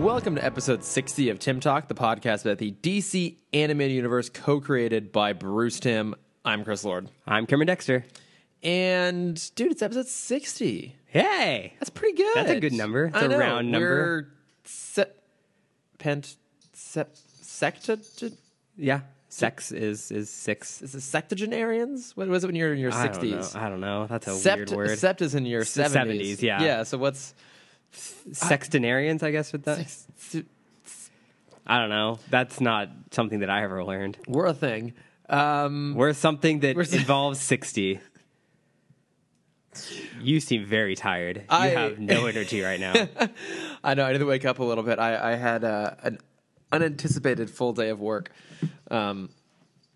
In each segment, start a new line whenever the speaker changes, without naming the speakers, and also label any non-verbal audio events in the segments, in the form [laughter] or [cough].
Welcome to episode 60 of Tim Talk, the podcast about the DC animated universe co created by Bruce Tim. I'm Chris Lord.
I'm Cameron Dexter.
And, dude, it's episode 60.
Hey,
That's pretty good.
That's a good number. It's
I
a
know.
round number.
We're se- pent. Se- secta-
yeah, sex is is six.
is it sectagenarians? What was it when you're in your
I
60s?
don't know. I don't know. That's a
Sept,
weird word.
sept is in your 70s.
70s, yeah.
Yeah, so what's.
Sextonarians, I guess. With that, I don't know. That's not something that I ever learned.
We're a thing. Um,
We're something that
We're s-
involves sixty. You seem very tired. You
I-
have no energy
[laughs]
right now.
I know. I did wake up a little bit. I, I had uh, an unanticipated full day of work. Um,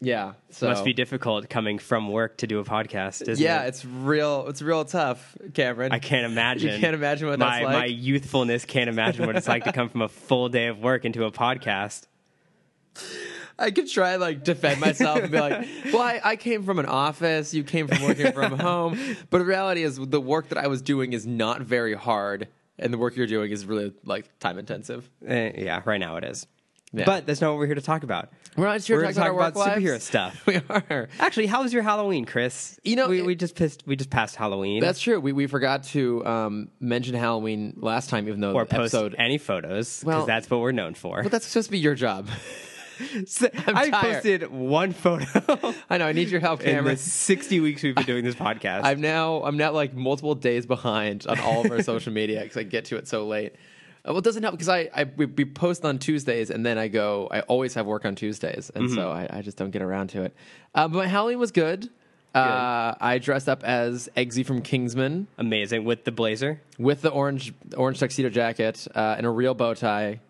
yeah. So
Must be difficult coming from work to do a podcast. Isn't
Oh. yeah,
it?
it's real. It's real tough, Cameron.
I can't imagine.
You can't imagine what
my
that's like.
my youthfulness can't imagine what it's like to come from a full day of work into a podcast.
I could try and, like defend myself and be [laughs] like, "Well, I, I came from an office. You came from working [laughs] from home." But the reality is, the work that I was doing is not very hard, and the work you're doing is really like time intensive.
Eh, yeah, right now it is.
Yeah.
But that's not what we're here to talk about.
We're not here
We're
to
gonna
talk about,
talk
our
about
work
superhero
lives.
stuff.
[laughs] We are.
Actually, how was your Halloween, Chris?
You know,
we,
it-
we just pissed, we just passed Halloween.
That's true. We we forgot to um, mention Halloween last time, even though
or
the
post
episode
any photos because
Well-
that's what we're
[laughs]
known for.
But that's supposed to be your job. [laughs] I'm
I
tired.
posted
[laughs]
one photo
I know. I need your help,
in
Cameron.
the sixty weeks we've been
[laughs]
doing this podcast.
I'm now. I'm now like multiple days behind on all of our social media because I get to it so late. Uh, well, it doesn't help because I, I we, we post on Tuesdays and then I go. I always have work on Tuesdays, and so I, I just don't get around to it. Uh, but my Halloween was good. Uh, I dressed up as Eggsy from Kingsman
Amazing with the blazer.
with the orange orange tuxedo jacket uh, and a real bow tie.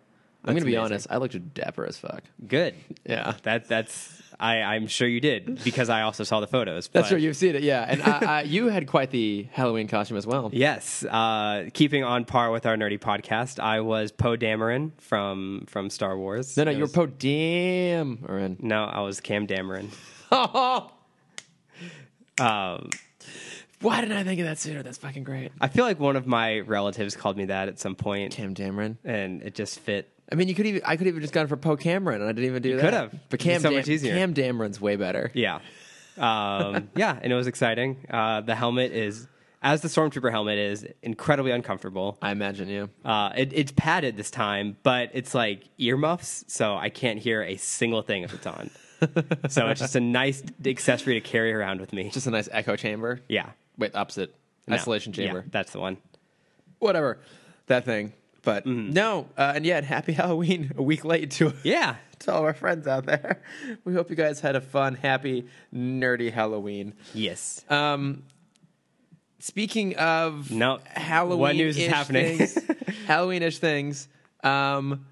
I'm gonna be
amazing.
honest. I looked dapper as fuck.
Good.
Yeah.
That that's I I'm sure you did because I also saw the photos.
That's
but-
true. You've seen it, yeah. And I, I, you had quite the Halloween costume as well.
Yes, uh, keeping on par with our nerdy podcast, I was Poe Dameron from from Star Wars.
No, no,
It
you were
was-
Poe [laughs] Dameron.
No, I was Cam Dameron. Um,
Why didn't I think of that sooner? That's fucking great.
I feel like one of my relatives called me that at some point,
Cam Dameron.
and it just fit.
I mean, you could even I could even just gone for Poe Cameron, and I didn't even do that.
could have.
but
It'd be
Cam
so
Dam-
much easier.
Cam Dameron's way better.
Yeah, um,
[laughs]
yeah, and it was exciting. Uh, the helmet is, as the stormtrooper helmet is, incredibly uncomfortable.
I imagine you.
Uh, it, it's padded this time, but it's like earmuffs, so I can't hear a single thing if
[laughs]
it's on. so it's just a nice accessory to carry around with me.
Just a nice echo chamber.
yeah.
Wait, opposite
No.
isolation
Yeah,
chamber.
that's the one.
Whatever, that thing. But
Mm.
no, uh, and yet happy [laughs] Halloween a week late to [laughs]
Yeah.
to all our friends out there. [laughs] We hope you guys had a fun, happy, nerdy Halloween.
Yes.
Um, speaking of
No.
Halloween,
What news is happening? [laughs]
Halloween-ish things. Um,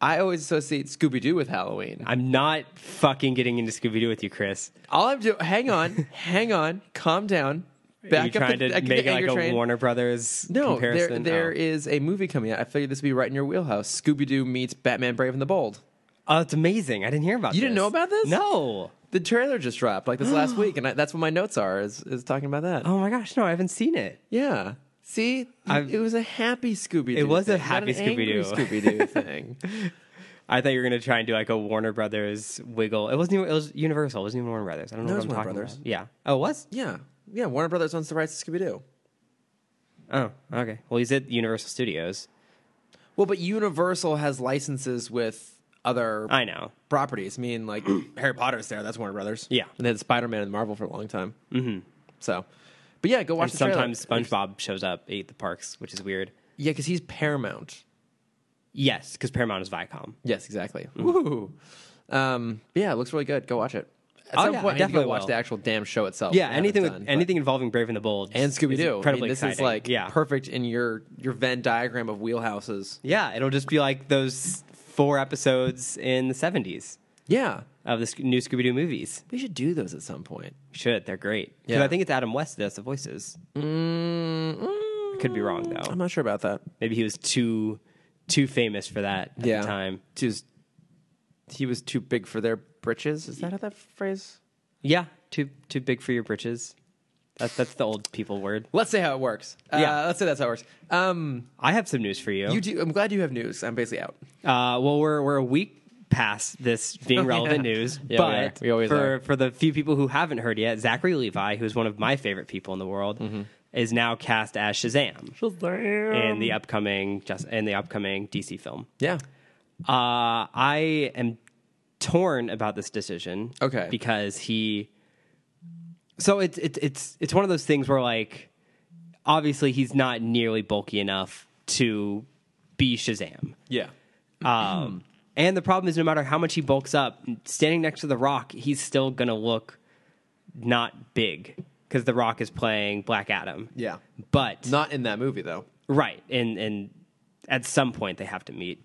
I always associate Scooby Doo with Halloween.
I'm not fucking getting into Scooby Doo with you, Chris.
All I'm doing, hang on,
[laughs]
hang on, calm down.
Are you
Back up
trying
the,
to
back up
make
the
it like
anger
a
train.
Warner Brothers
No, there
comparison?
there
oh.
is a movie coming out. I figured this would be right in your wheelhouse. Scooby Doo meets Batman: Brave and the Bold.
Oh, it's amazing. I didn't hear about
You didn't know about this?
No.
The trailer just dropped like this
[gasps]
last week, and I, that's what my notes are is is talking about that.
Oh my gosh, no, I haven't seen it.
Yeah. See,
I've-
it was a happy Scooby Doo.
It was a happy
Scooby
Scooby-Doo. [laughs]
Doo thing.
I thought you were gonna try and do like a Warner Brothers wiggle. It wasn't even it was Universal, it wasn't even Warner Brothers. I don't know
No,
what
it was
I'm
Warner
talking
Brothers.
about. Yeah. Oh, it was?
Yeah, yeah. Warner Brothers owns the rights to Scooby Doo.
Oh, okay. Well, he's at Universal Studios.
Well, but Universal has licenses with other
I know.
properties. I mean,
[clears throat]
like Harry Potter's there. That's Warner Brothers.
Yeah.
and they had Spider Man and Marvel for a long time. Mm-hmm. So, but yeah, go watch.
And
the trailer.
sometimes SpongeBob shows up at the parks, which is weird.
Yeah, because he's Paramount.
Yes, because Paramount is Viacom.
Yes, exactly.
Mm-hmm.
Woo. Um, but yeah, it looks really good. Go watch it. At
Oh,
some
yeah,
point,
I
I need to go
definitely
watch
will.
the actual damn show itself.
Yeah,
I haven't
anything
done,
with,
but-
anything involving Brave and the Bold
and Scooby Doo.
Incredibly
this is
exciting.
like
yeah,
perfect in your your Venn diagram of wheelhouses.
yeah. It'll just be like those four episodes in the seventies
Yeah,
of the Sc- new Scooby Doo movies.
we should do those at some point.
Should they're great? 'Cause
Yeah.
I think it's Adam West that's the voices.
Mm,
Could be wrong though.
I'm not sure about that.
Maybe he was too too famous for that at
yeah,
the time.
Just- he was too big for their britches. Is that how that phrase?
Yeah, too too big for your britches. That's that's the old people word.
Let's say how it works. Uh,
Yeah.
Let's say that's how it works. Um,
I have some news for you.
you do. I'm glad you have news. I'm basically out.
Uh, well, we're we're a week past this being
[laughs]
relevant
Yeah.
news,
Yeah, we are.
but
We always
for
are.
for the few people who haven't heard yet, Zachary Levi, who's one of my favorite people in the world,
Mm-hmm.
is now cast as Shazam in the upcoming just in the upcoming DC film.
Yeah.
Uh, I am torn about this decision.
Okay.
because he. So it's it's it's it's one of those things where like, obviously he's not nearly bulky enough to be Shazam.
Yeah.
Um, and the problem is, no matter how much he bulks up, standing next to The Rock, he's still going to look not big because The Rock is playing Black Adam.
Yeah.
But,
Not in that movie though.
right. And, and at some point, they have to meet.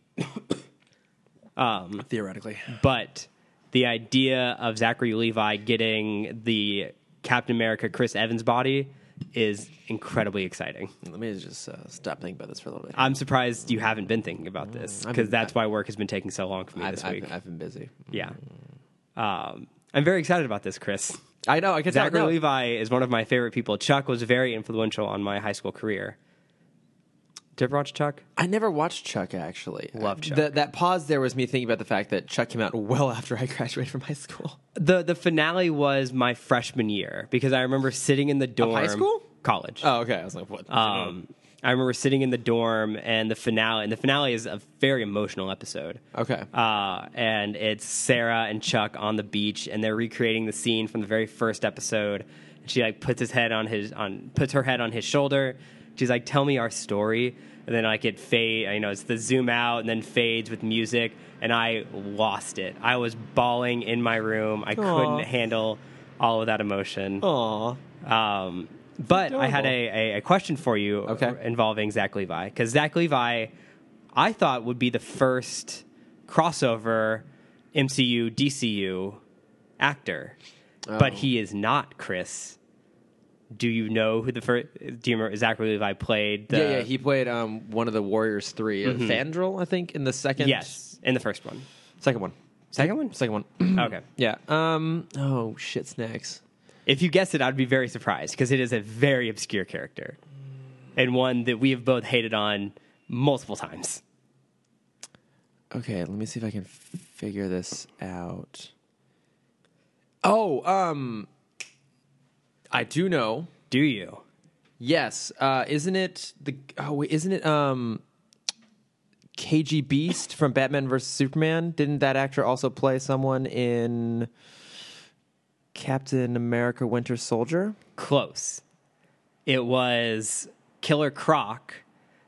Theoretically.
But the idea of Zachary Levi getting the Captain America Chris Evans body is incredibly exciting.
Let me just uh, stop thinking about this for a little bit.
I'm surprised you haven't been thinking about this
I've
because
been-
that's why work has been taking so long for me this
I've,
week.
I've, I've been busy.
yeah. Um, I'm very excited about this, Chris.
I know. I can
Zachary
tell. no.
Levi is one of my favorite people. Chuck was very influential on my high school career. Did you ever watch Chuck?
I never watched Chuck actually.
Love Chuck.
That- that pause there was me thinking about the fact that Chuck came out well after I [laughs] graduated from high school.
The the finale was my freshman year because I remember sitting in the dorm.
high school?
College.
Oh, okay. I was like, what?
Um, I remember sitting in the dorm and the finale, and the finale is a very emotional episode.
okay.
Uh, and it's Sarah and Chuck on the beach, and they're recreating the scene from the very first episode. And she like puts his head on his on puts her head on his shoulder. She's like, "Tell me our story." And then like it fade, you know, it's the zoom out and then fades with music, and I lost it. I was bawling in my room. I couldn't handle all of that emotion.
Aw.
Um, but I had a, a, a question for you
Okay.
involving Zach Levi because Zach Levi, I thought would be the first crossover MCU DCU actor, but
Oh.
he is not. Chris, do you know who the first? Do you remember Zach Levi played? The,
yeah, yeah. He played um, one of the Warriors 3 uh, Fandral, I think, in the second.
yes in the first one.
Second one.
Second one.
Second one. [clears throat]
okay.
yeah. Um. Oh shit, snacks.
If you guessed it, I'd be very surprised because it is a very obscure character and one that we have both hated on multiple times.
Okay, let me see if I can f- figure this out. Oh, um, I do know.
Do you?
Yes, uh, isn't it the? Oh, wait, isn't it um, KG Beast from Batman vs Superman? Didn't that actor also play someone in Captain America: Winter Soldier?
close. It was Killer Croc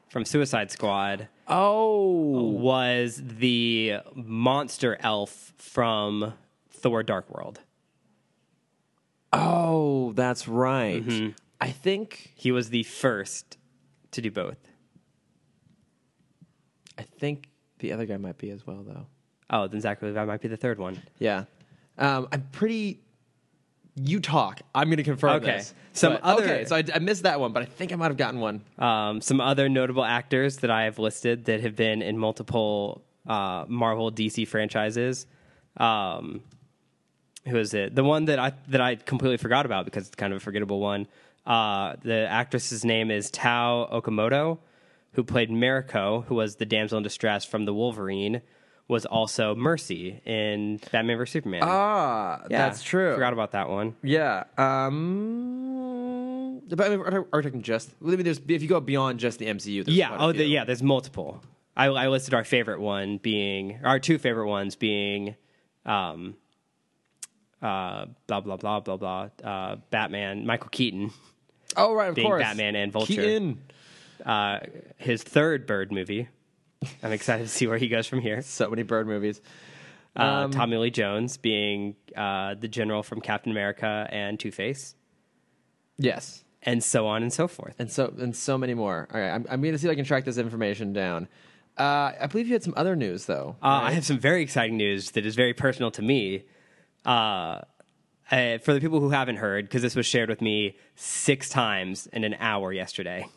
from Suicide Squad
Oh,
was the monster elf from Thor Dark World.
oh, that's right. I think
He was the first to do both.
I think the other guy might be as well, though.
Oh, then Zachary Levi might be the third one.
Yeah. Um, I'm pretty. You talk. I'm going to confirm
Okay.
this.
Some
But-
other-
Okay, so I, I missed that one, but I think I might have gotten one.
Um, some other notable actors that I have listed that have been in multiple uh, Marvel DC franchises. Um, who is it? The one that I that I completely forgot about because it's kind of a forgettable one. Uh, the actress's name is Tao Okamoto, who played Mariko, who was the damsel in distress from The Wolverine, was also Mercy in Batman vs Superman.
Ah,
Yeah, Forgot about that one.
Yeah. Um, but I mean, are, are we talking just? I mean, there's if you go beyond just the MCU. There's
Yeah.
quite a
Oh, the,
few.
yeah. There's multiple. I, I listed our favorite one being our two favorite ones being, um, uh, blah blah blah blah blah. Uh, Batman, Michael Keaton,
Oh, right. Of
being
course.
Batman and Vulture.
Keaton.
uh, his third Bird movie. I'm excited to see where he goes from here.
So many bird movies.
Uh,
Um,
Tommy Lee Jones being uh, the general from Captain America and Two Face,
Yes.
and so on and so forth.
And so and so many more. All right, I'm, I'm going to see if I can track this information down. Uh, I believe you had some other news though.
Uh, I have some very exciting news that is very personal to me. Uh, uh, for the people who haven't heard, because this was shared with me six times in an hour yesterday,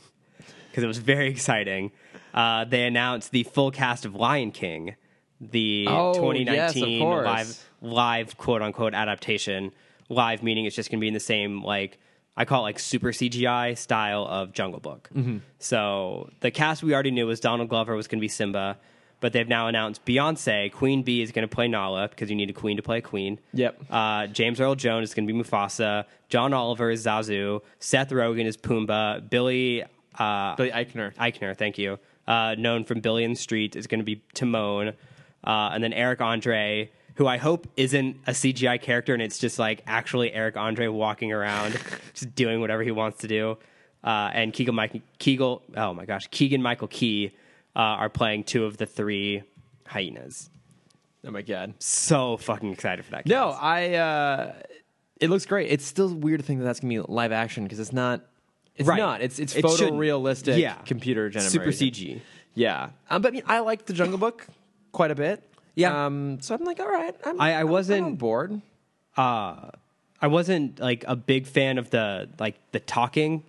because it was very exciting. Uh, they announced the full cast of Lion King, the
Oh, yes, of
2019
course.
live, live quote unquote adaptation. Live meaning it's just going to be in the same like I call it like super CGI style of Jungle Book. So the cast we already knew was Donald Glover was going to be Simba, but they've now announced Beyonce, Queen Bee is going to play Nala because you need a queen to play a queen.
Yep.
Uh, James Earl Jones is going to be Mufasa. John Oliver is Zazu. Seth Rogen is Pumbaa. Billy uh,
Billy Eichner.
Eichner, thank you, uh, known from Billion Street, is going to be Timon, uh, and then Eric Andre, who I hope isn't a CGI character, and it's just like actually Eric Andre walking [laughs] around, just doing whatever he wants to do. Uh, and Keegan Michael Kegel, oh my gosh, Keegan Michael Key uh, are playing two of the three hyenas.
Oh my god.
So fucking excited for that. Cast.
No, I. uh It looks great. It's still weird to think that that's gonna be live action because it's not. It's
Right.
not. It's it's
It shouldn't.
photorealistic.
Yeah.
Computer generated.
super CG.
Yeah. Um, but I mean, I liked the Jungle Book quite a bit.
Yeah.
Um. So I'm like, all right. I'm,
I- I
I'm- I'm
wasn't-
on bored.
uh I wasn't like a big fan of the like the talking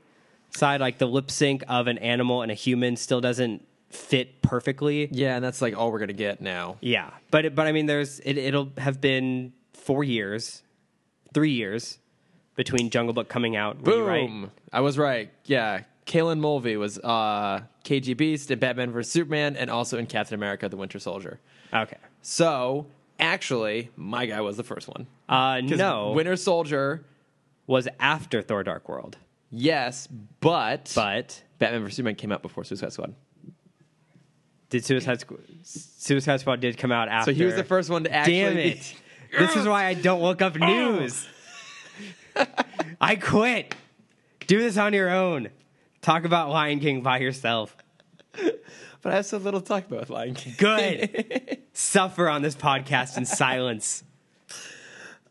side, like the lip sync of an animal and a human still doesn't fit perfectly.
Yeah, and that's like all we're gonna get now.
Yeah, but it, but I mean, there's it, it'll have been four years, three years between Jungle Book coming out. were you
Boom.
Right?
I was right. Yeah. Kalen Mulvey was uh, KG Beast in Batman vs. Superman and also in Captain America the Winter Soldier.
Okay.
So, actually, my guy was the first one.
Uh,
'Cause
no,
Winter Soldier,
was after Thor: Dark World,
yes, but,
but
Batman vs. Superman came out before Suicide Squad.
did Suicide Squad? Suicide Squad did come out after.
So, he was the first one to actually.
Damn
be-
it. [laughs] this is why I don't look up news. I quit. Do this on your own. Talk about Lion King by yourself.
[laughs] But I have so little to talk about with Lion King.
Good.
[laughs]
Suffer on this podcast in silence.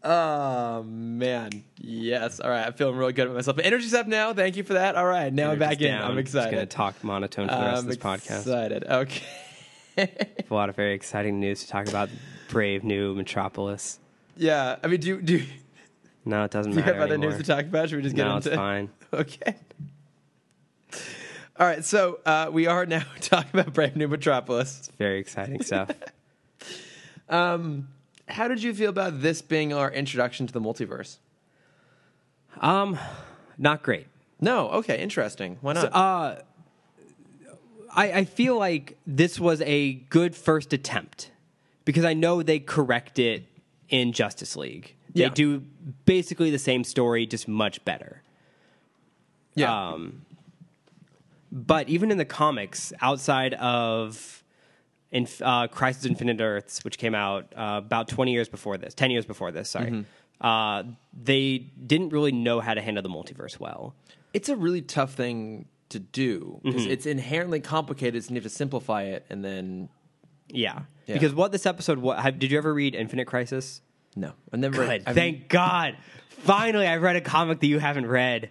Oh, man. Yes. All right. I'm feeling really good about myself. But energy's up now. Thank you for that. All right. Now I'm [laughs] back in.
Down.
I'm
Just gonna
excited.
talk monotone for the rest of
I'm
this podcast.
excited. Okay. [laughs]
A lot of very exciting news to talk about. Brave new Metropolis.
Yeah. I mean, do you, do you,
No, it doesn't
do you
matter
have other
anymore.
news to talk about? Should we just get
no, it's
into
fine.
[laughs] Okay. All right. So uh, we are now [laughs] talking about Brave New Metropolis.
Very exciting stuff.
Um, how did you feel about this being our introduction to the multiverse?
um, not great.
No. Okay. Interesting. Why not?
uh, I, I feel like this was a good first attempt because I know they correct it in Justice League.
Yeah.
They do basically the same story, just much better.
yeah.
Um, but even in the comics, outside of in, uh, Crisis Infinite Earths, which came out uh, about 20 years before this, 10 years before this, sorry, uh, they didn't really know how to handle the multiverse well.
it's a really tough thing to do because it's inherently complicated. So you have to simplify it, and then
Yeah. Because what this episode was, have, did you ever read Infinite Crisis?
no, I never.
Good.
I've-
Thank God. Finally, I've read a comic that you haven't read.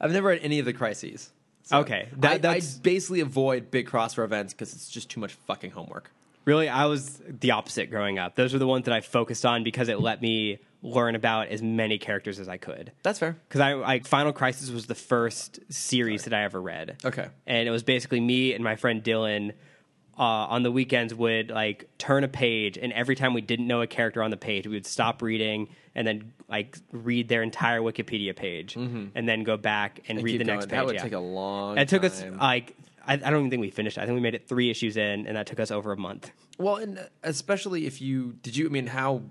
I've never had any of the crises.
okay.
I,
That, that's
I basically avoid big crossover events because it's just too much fucking homework.
really, I was the opposite growing up. Those were the ones that I focused on because it let me learn about as many characters as I could.
That's fair.
Because I, I, Final Crisis was the first series that I ever read.
Okay.
and it was basically me and my friend Dylan uh, on the weekends would like turn a page, and every time we didn't know a character on the page, we would stop reading and then like read their entire Wikipedia page, and then go back and, read
Mm-hmm. keep
the next
going.
page.
That would
yeah.
take a long
It took us
time.
like I, I don't even think we finished. I think we made it three issues in, and that took us over a month.
Well, and uh, especially if you did you I mean how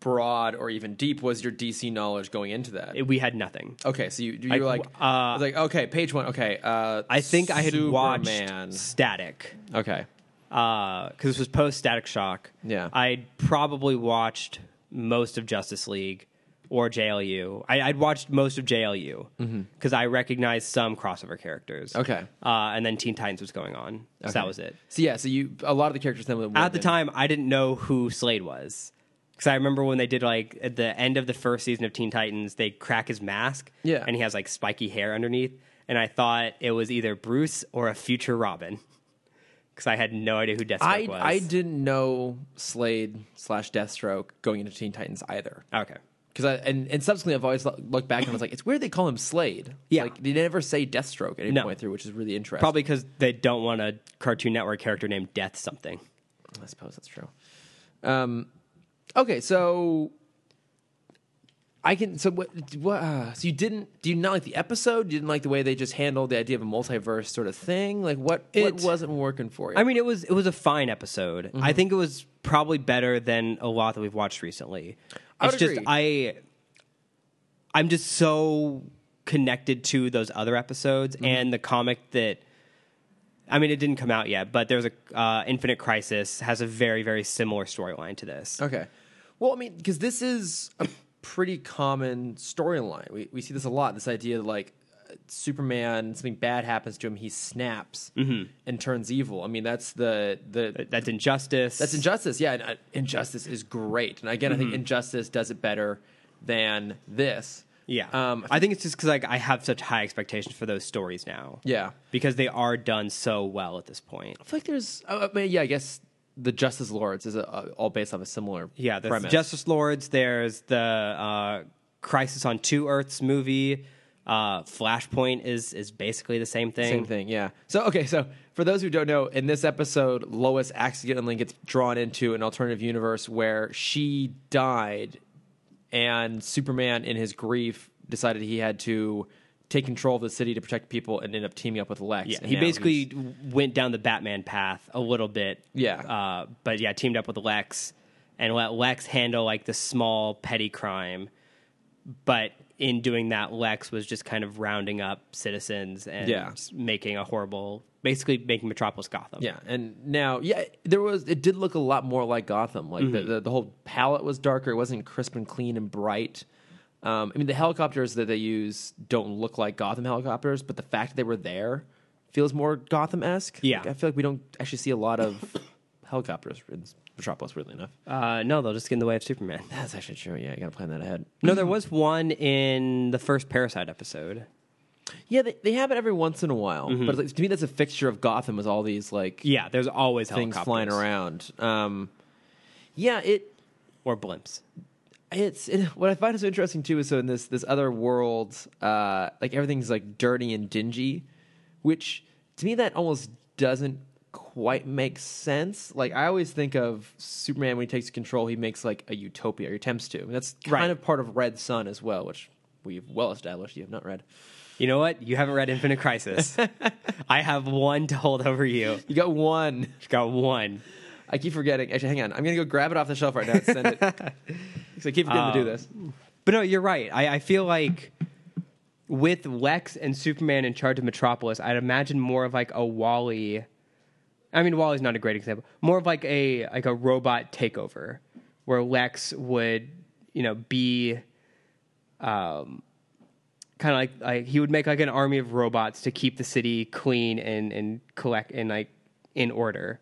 broad or even deep was your DC knowledge going into that?
It- we had nothing.
okay, so you you were
Like,
like
uh,
it's like okay, page 1. Okay, uh
I think I had
Superman.
watched Static.
Okay.
because this was post Static Shock.
Yeah.
I'd probably watched most of Justice League or JLU. I, I'd watched most of JLU because I recognized some crossover characters.
Mm-hmm. Okay.
uh, and then Teen Titans was going on, so that
Okay.
was it.
So yeah, so you a lot of the characters then would
At the time, I didn't know who Slade was. Because I remember when they did like at the end of the first season of Teen Titans, they crack his mask,
Yeah.
and he has like spiky hair underneath. And I thought it was either Bruce or a future Robin, because I had no idea who Deathstroke
I
was.
I didn't know Slade slash Deathstroke going into Teen Titans either.
okay,
Because I and, and subsequently I've always lo- looked back and I was like, it's weird they call him Slade.
Yeah.
like they never say Deathstroke at any
No.
point through, which is really interesting.
Probably because they don't want a Cartoon Network character named Death something.
I suppose that's true. Um, okay, so I can. So what? what uh, so you didn't? Do you not like the episode? You didn't like the way they just handled the idea of a multiverse sort of thing? Like what?
It-
what wasn't working for you?
I mean, it was it was a fine episode.
Mm-hmm.
I think it was probably better than a lot that we've watched recently.
I would
it's just
agree.
I I'm just so connected to those other episodes
Mm-hmm.
and the comic that I mean, it didn't come out yet, but there's a uh, Infinite Crisis has a very very similar storyline to this.
Okay. Well, I mean, because this is a pretty common storyline. We, we see this a lot. This idea that like uh, Superman, something bad happens to him, he snaps
Mm-hmm.
and turns evil. I mean, that's the the
That's Injustice.
that's injustice. Yeah, and, uh, injustice is great. And again,
Mm-hmm.
I think injustice does it better than this.
Yeah,
Um,
I think it's just because like I have such high expectations for those stories now.
Yeah.
because they are done so well at this point.
I feel like there's. Uh, I mean, yeah, I guess the Justice Lords is a, uh, all based off a similar
Yeah, there's
premise.
Justice Lords. There's the uh, Crisis on Two Earths movie. Uh, Flashpoint is is basically the same thing.
Same thing, yeah. So okay, so for those who don't know, in this episode, Lois accidentally gets drawn into an alternative universe where she died, and Superman, in his grief, decided he had to take control of the city to protect people, and end up teaming up with Lex.
Yeah,
And
he
now
basically
he's-
went down the Batman path a little bit.
Yeah.
uh, but yeah, teamed up with Lex and let Lex handle like the small petty crime. But in doing that, Lex was just kind of rounding up citizens and
Yeah.
s- making a horrible, basically making Metropolis Gotham.
yeah, and now yeah, there was it did look a lot more like Gotham. Like the, the the whole palette was darker; it wasn't crisp and clean and bright. Um, I mean, the helicopters that they use don't look like Gotham helicopters, but the fact that they were there feels more Gotham esque.
Yeah.
I feel like we don't actually see a lot of [coughs] helicopters in Metropolis. Weirdly enough,
Uh, no, they'll just get in the way of Superman.
that's actually true. Yeah, I gotta plan that ahead.
No, there was one in the first Parasite episode.
Yeah, they, they have it every once in a while, but it's like, to me, that's a fixture of Gotham. Is all these like
Yeah, there's always
things
helicopters
flying around? Um, yeah, it
or blimps.
it's it, what I find so interesting too is so in this this other world, uh, like everything's like dirty and dingy, which to me that almost doesn't quite make sense. Like I always think of Superman when he takes control, he makes like a utopia or attempts to. And that's kind
Right.
of part of Red Sun as well, which we've well established. You have not read.
You know what? You haven't read Infinite [laughs] Crisis. I have one to hold over you.
You got one. [laughs]
Just got one.
I keep forgetting. Actually, hang on. I'm gonna go grab it off the shelf right now and send it. [laughs] 'Cause I keep forgetting to do this.
But no, you're right. I, I feel like with Lex and Superman in charge of Metropolis, I'd imagine more of like a Wally. I mean, Wally's not a great example. More of like a like a robot takeover, where Lex would you know be, um, kind of like like he would make like an army of robots to keep the city clean and and collect and like in order.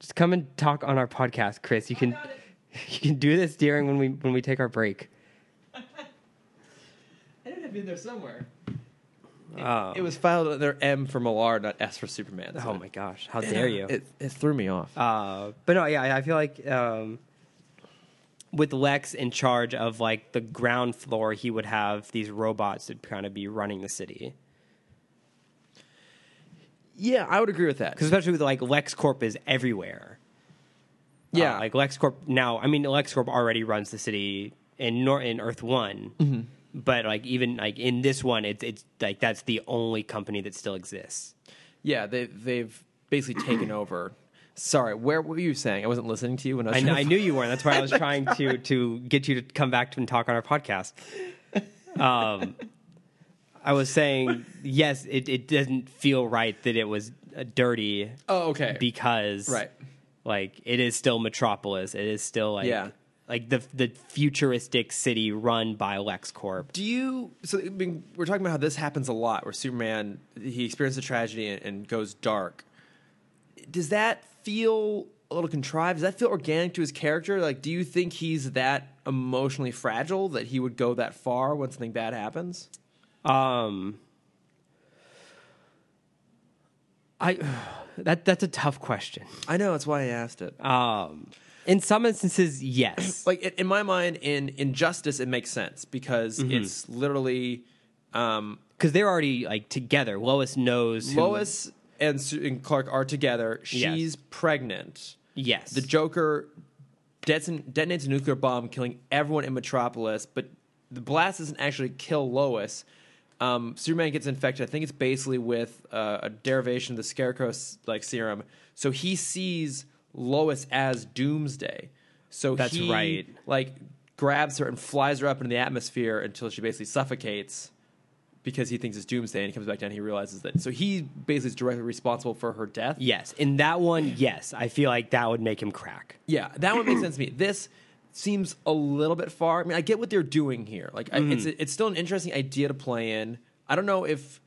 Just come and talk on our podcast, Chris. You can [laughs] you can do this during when we when we take our break.
I didn't have it in there somewhere. It was filed under M for Millar, not S for Superman. so
Um, Oh my gosh, how dare you?
uh, It, it threw me off.
Uh, but no, yeah, I- I feel like um, with Lex in charge of like the ground floor, he would have these robots that kind of be running the city.
yeah, I would agree with that.
Because especially with like LexCorp is everywhere. Uh,
yeah,
like LexCorp now. I mean, LexCorp already runs the city in Nor- in Earth One,
Mm-hmm.
but like even like in this one, it's it's like that's the only company that still exists.
yeah, they they've basically taken over. Sorry, where were you saying? I wasn't listening to you when I was.
I, kn-
trying [laughs]
I
to-
knew you weren't. That's why I was trying to to get you to come back and talk on our podcast. Um, I was saying yes. It it doesn't feel right that it was uh, dirty
Oh, okay.
because
Right.
like it is still Metropolis. It is still like
Yeah.
like the the futuristic city run by LexCorp.
Do you? So I mean, we're talking about how this happens a lot, where Superman he experiences a tragedy and, and goes dark. Does that feel a little contrived? Does that feel organic to his character? Like, do you think he's that emotionally fragile that he would go that far when something bad happens?
Um, I [sighs] that that's a tough question.
I know that's why I asked it.
Um, in some instances, yes.
Ah. like in, in my mind in injustice it makes sense because it's literally um,
because they're already like together. Lois knows. Who,
lois and, Su- and clark are together she's
Yes.
pregnant
yes,
the joker deton- detonates a nuclear bomb, killing everyone in Metropolis. But the blast doesn't actually kill Lois. Um, Superman gets infected. I think it's basically with uh, a derivation of the Scarecrow like serum. So he sees Lois as Doomsday. So
That's
he,
right.
Like grabs her and flies her up into the atmosphere until she basically suffocates because he thinks it's doomsday and he comes back down he realizes that so he basically is directly responsible for her death
Yes, in that one, yes, I feel like that would make him crack.
yeah that
[clears throat]
one makes sense to me this seems a little bit far i mean i get what they're doing here like I, it's
Mm-hmm.
it's still an interesting idea to play in i don't know if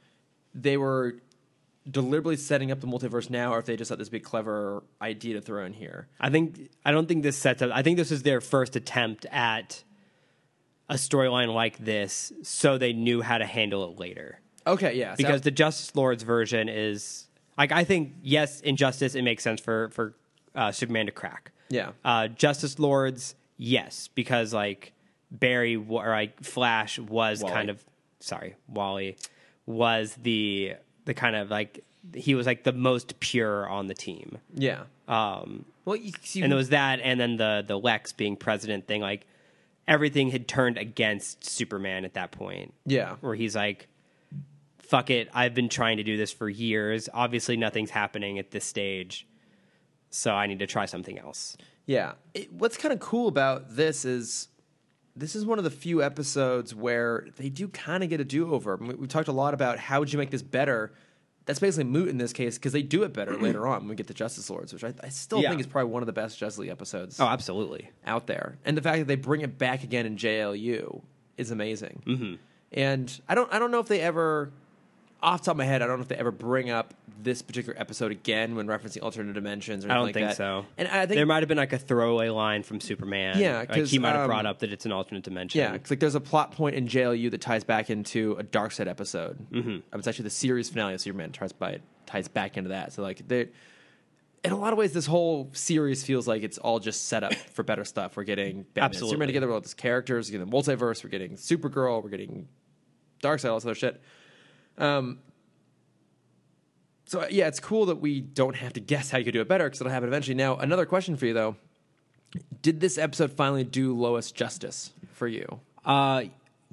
they were deliberately setting up the multiverse now or if they just had this big clever idea to throw in here
I think I don't think this sets up. I think this is their first attempt at a storyline like this, so they knew how to handle it later.
okay yeah so-
Because the Justice Lords version is like I think yes, in Justice it makes sense for for uh, Superman to crack.
yeah
Uh, Justice Lords, yes, because like Barry wa- or like Flash was
Wally.
kind of sorry, Wally was the the kind of like he was like the most pure on the team.
yeah
Um,
well you, see,
and there was that, and then the the Lex being president thing. Like everything had turned against Superman at that point,
yeah
where he's like, "Fuck it, I've been trying to do this for years. Obviously, nothing's happening at this stage, so I need to try something else."
Yeah. It, what's kind of cool about this is this is one of the few episodes where they do kind of get a do over. We, we talked a lot about how would you make this better. That's basically moot in this case because they do it better later on when we get the Justice Lords, which I, I still
Yeah.
think is probably one of the best Justice League episodes
Oh, absolutely.
out there. And the fact that they bring it back again in JLU is amazing. Mm-hmm. And I don't I don't know if they ever off the top of my head, I don't know if they ever bring up this particular episode again when referencing alternate dimensions or anything
I don't
like
think
that.
so.
And I think
there might have been like a throwaway line from Superman.
Yeah,
like
'cause,
he might have
um,
brought up that it's an alternate dimension.
Yeah, it's like there's a plot point in JLU that ties back into a Dark Side episode. Mm-hmm. It's actually the series finale of Superman ties by ties back into that. So like they, in a lot of ways, this whole series feels like it's all just set up for better stuff. We're getting Batman and
Absolutely.
Superman together with all these characters. We're getting the multiverse. We're getting Supergirl. We're getting Dark Side. All this other shit. Um. So yeah, it's cool that we don't have to guess how you could do it better because it'll happen eventually. Now, another question for you though: Did this episode finally do Lois justice for you?
Uh,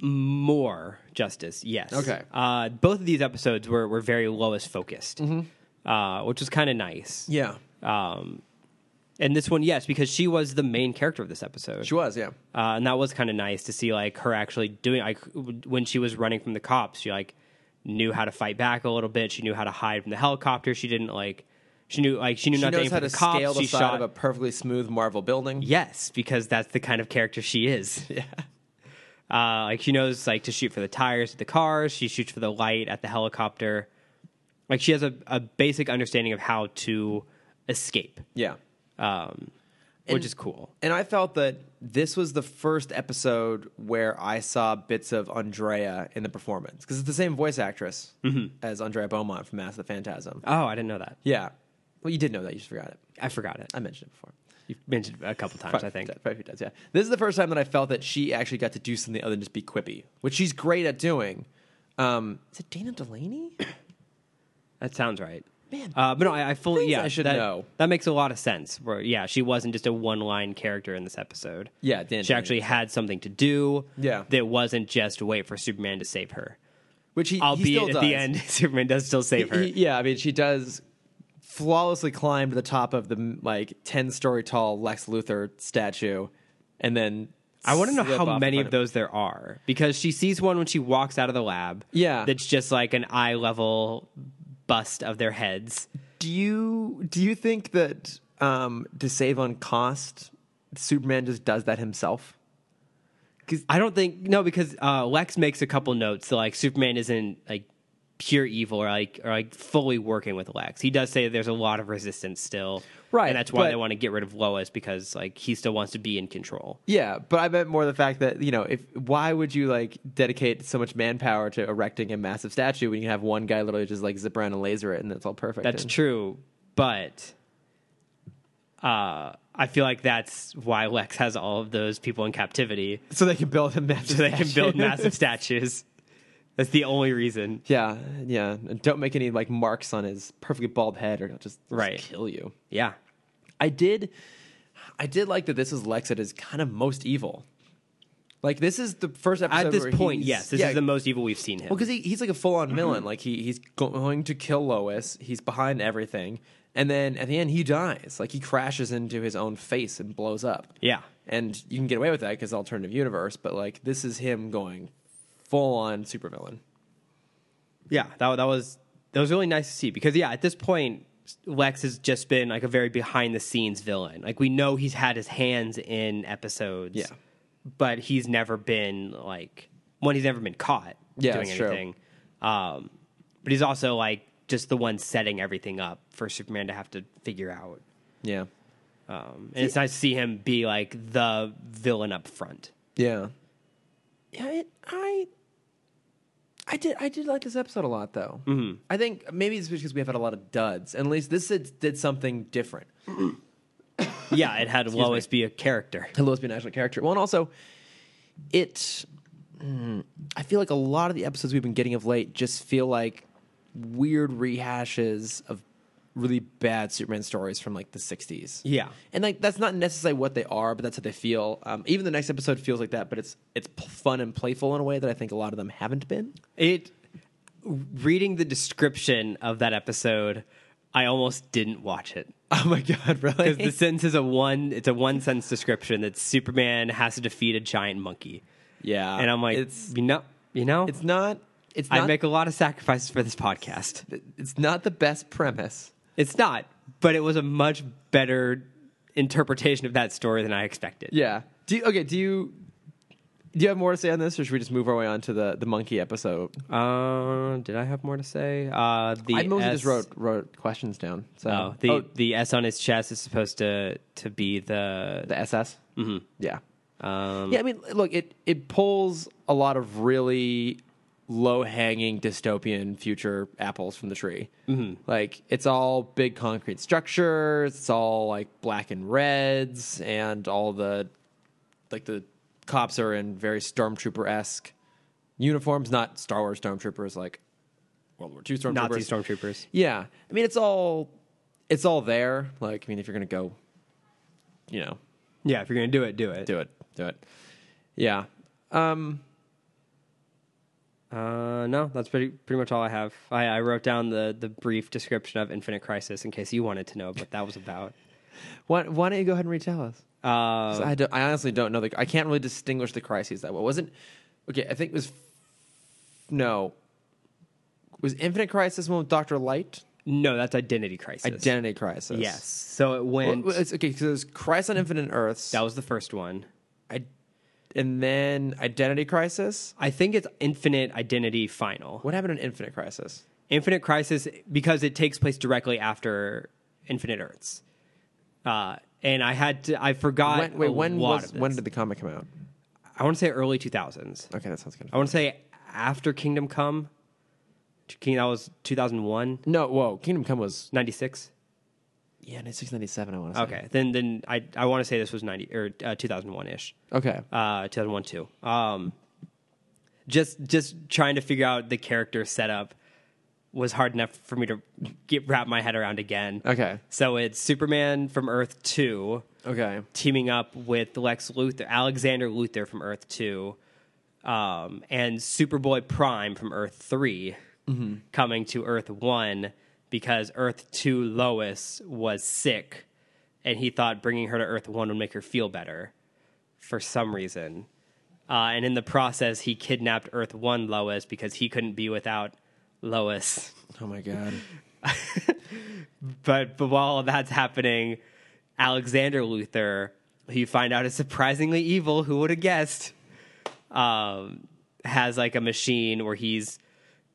more justice, yes.
Okay.
Uh, both of these episodes were were very Lois focused,
Mm-hmm.
uh, which was kind of nice.
Yeah,
Um, and this one, yes, because she was the main character of this episode,
she was. Yeah,
uh, and that was kind of nice to see like her actually doing like w- when she was running from the cops, she like knew how to fight back a little bit. She knew how to hide from the helicopter. She didn't like. She knew like she knew
she
not to aim
knows
for
how
the
to
cops.
scale the
she
side
shot
of a perfectly smooth Marvel building.
Yes, because that's the kind of character she is. [laughs] Yeah. Uh, like she knows like to shoot for the tires at the cars, she shoots for the light at the helicopter. Like she has a, a basic understanding of how to escape.
Yeah,
Um
And-
which is cool.
and I felt that this was the first episode where I saw bits of Andrea in the performance because it's the same voice actress
Mm-hmm.
as Andrea Beaumont from Mass of the Phantasm.
Oh, I didn't know that.
Yeah, well, you did know that. You just forgot it.
I forgot it.
I mentioned it before.
You've mentioned it a couple times, I think.
Probably a few times, yeah. This is the first time that I felt that she actually got to do something other than just be quippy, which she's great at doing. Um, is it Dana Delaney?
That sounds right.
Man,
Uh, but no, I, I fully
things
yeah.
I should
that,
know.
That makes a lot of sense. Where yeah, she wasn't just a one line character in this episode.
Yeah, Dan
she
Daniel.
actually had something to do.
Yeah.
that wasn't just wait for Superman to save her.
Which he, he
Albeit
still
at
does.
the end, [laughs] Superman does still save her.
Y- yeah, I mean, she does flawlessly climb to the top of the like ten story tall Lex Luthor statue, and then
I want to know
slip off
how
in
many
front
of those there are because she sees one when she walks out of the lab.
Yeah.
that's just like an eye level bust of their heads.
Do you do you think that um, to save on cost, Superman just does that himself?
I don't think no because uh, Lex makes a couple notes that like Superman isn't like pure evil or like or like fully working with Lex. He does say there's a lot of resistance still,
Right,
And that's why
but-
they want to get rid of Lois because like he still wants to be in control.
Yeah, but I meant more the fact that you know, if why would you like dedicate so much manpower to erecting a massive statue when you have one guy literally just like zip around and laser it and it's all perfect?
That's
and-
true, but uh, I feel like that's why Lex has all of those people in captivity
So they can build a massive.
so they can build [laughs]
statue.
massive statues. That's the only reason.
Yeah, yeah. And don't make any like marks on his perfectly bald head, or it'll just, just
Right.
kill you.
Yeah.
I did. I did like that this is Lex at his kind of most evil. Like this is the first episode
At this
where
point,
he's-
yes, this
yeah,
is the Mm-hmm. most evil we've seen him.
Well, because he, he's like a full on villain. Like he he's going to kill Lois. He's behind everything, and then at the end he dies. Like he crashes into his own face and blows up.
Yeah.
and you can get away with that because alternative universe. But like this is him going full on supervillain.
yeah, that that was that was really nice to see because yeah, at this point, Lex has just been like a very behind the scenes villain. Like we know he's had his hands in episodes,
Yeah.
but he's never been like one. He's never been caught
Yeah,
doing
that's true.
anything. Um, but he's also like just the one setting everything up for Superman to have to figure out.
Yeah,
Um, and it's nice to see him be like the villain up front.
yeah, yeah. It, I I did I did like this episode a lot though. Mm-hmm. I think maybe it's because we have had a lot of duds. And at least this did, did something different.
Yeah, it had Lois be a character.
and Lois being an actual character. Well, and also, it. mm, I feel like a lot of the episodes we've been getting of late just feel like weird rehashes of really bad Superman stories from like the '60s.
Yeah.
and like that's not necessarily what they are, but that's how they feel. Um, even the next episode feels like that, but it's it's p- fun and playful in a way that I think a lot of them haven't been.
[laughs] It reading the description of that episode, I almost didn't watch it.
Oh my god, [laughs]
Because
really?
the sentence is a one it's a one sentence description that Superman has to defeat a giant monkey.
yeah,
And I'm like,
Uh, it's
you know you know
it's not it's
I
not
make a lot of sacrifices for this podcast.
it's not the best premise.
It's not, but it was a much better interpretation of that story than I expected.
Yeah. Do you, okay. Do you do you have more to say on this, or should we just move our way on to the the monkey episode?
Uh, did I have more to say? Uh, the
I mostly
S-
just wrote uh, wrote questions down. So
Oh, the the S on his chest is supposed to to be the
the SS. Mm-hmm. Yeah.
um,
Yeah. I mean, look, it it pulls a lot of really low hanging dystopian future apples from the tree. Mm-hmm. Like it's all big concrete structures. It's all like black and reds, and all the like the cops are in very stormtrooper esque uniforms, not Star Wars stormtroopers like World War II stormtroopers.
Nazi stormtroopers.
Yeah, I mean it's all it's all there. Like I mean, if you're gonna go, you know,
Yeah, if you're gonna do it, do it.
do it, do it. Yeah, um,
Uh, no, that's pretty pretty much all I have. I, I wrote down the the brief description of Infinite Crisis in case you wanted to know what that was about.
why why don't you go ahead and retell us?
Uh,
'Cause I don't, I honestly don't know. The, I can't really distinguish the crises that well. Wasn't okay? I think it was no. Was Infinite Crisis one with Doctor Light?
no, that's Identity Crisis.
Identity Crisis.
Yes. So it
Well,
went.
well, it's, okay, so there's Crisis on Infinite Earths,
that was the first one.
I, and then Identity Crisis.
I think it's Infinite Identity Final.
What happened in Infinite Crisis?
Infinite Crisis because it takes place directly after Infinite Earths. Uh, and I had to, I forgot.
when, wait,
a
when
lot
was
of
when
this.
did the comic come out?
I want to say early 2000s.
Okay, that sounds good.
I want to say after Kingdom Come. King, that was 2001,
No, whoa, Kingdom Come was
96.
yeah, six ninety seven. I want to say.
Okay, then then I I want to say this was 90 or uh, 2001 ish,
okay,
uh, 2001 too. Um, just just trying to figure out the character setup was hard enough for me to get wrap my head around again.
okay,
So it's Superman from Earth 2
okay.
teaming up with Lex Luthor, Alexander Luthor from Earth 2, um, and Superboy Prime from Earth 3 coming to Earth 1 because Earth 2 Lois was sick and he thought bringing her to Earth 1 would make her feel better for some reason. Uh, and in the process, he kidnapped Earth 1 Lois because he couldn't be without Lois.
Oh my god.
But, but while that's happening, Alexander Luther, who you find out is surprisingly evil, who would have guessed, um, has like a machine where he's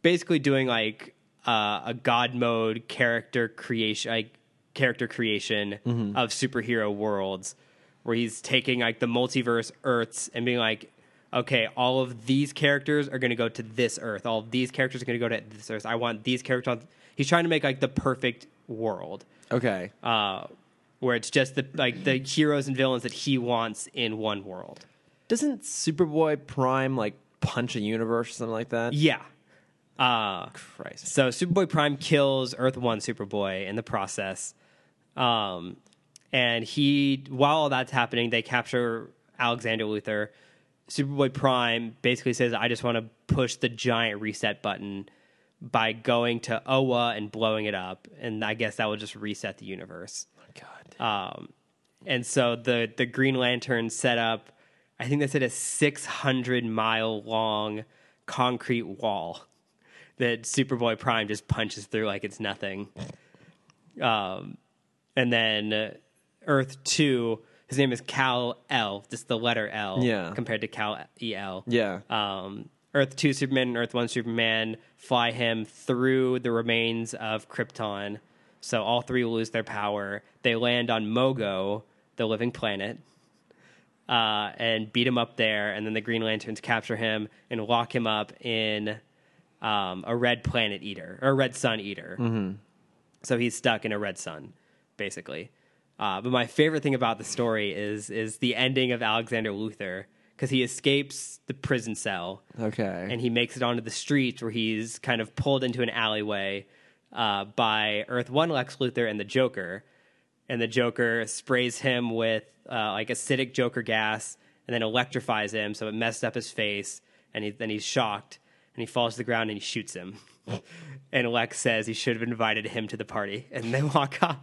basically doing like uh, a god mode character creation, like character creation of superhero worlds, where he's taking like the multiverse Earths and being like. Okay, all of these characters are going to go to this Earth. All of these characters are going to go to this Earth. I want these characters. On He's trying to make like the perfect world
Okay.
uh, where it's just the like the heroes and villains that he wants in one world.
Doesn't Superboy Prime like punch a universe or something like that?
Yeah. Uh,
Christ.
so Superboy Prime kills Earth One Superboy in the process, um, And he, while all that's happening, they capture Alexander Luthor. Superboy Prime basically says, "I just want to push the giant reset button by going to Oa and blowing it up, and I guess that will just reset the universe."
Oh God.
Um, and so the the Green Lantern set up, I think they said a 600 mile long concrete wall that Superboy Prime just punches through like it's nothing. Um, and then uh, Earth Two, his name is Cal L, just the letter L,
Yeah.
compared to Cal E L,
Yeah.
um, Earth 2 Superman and Earth 1 Superman fly him through the remains of Krypton. So all three lose their power. They land on Mogo, the living planet, uh, and beat him up there. And then the Green Lanterns capture him and lock him up in um, a red planet eater or a red sun eater. So he's stuck in a red sun, basically. Uh, but my favorite thing about the story is is the ending of Alexander Luther because he escapes the prison cell
Okay.
and he makes it onto the streets where he's kind of pulled into an alleyway uh, by Earth One Lex Luthor and the Joker, and the Joker sprays him with uh, like acidic Joker gas and then electrifies him, so it messed up his face, and he, then he's shocked and he falls to the ground and he shoots him. [laughs] and Lex says he should have invited him to the party, and they walk off.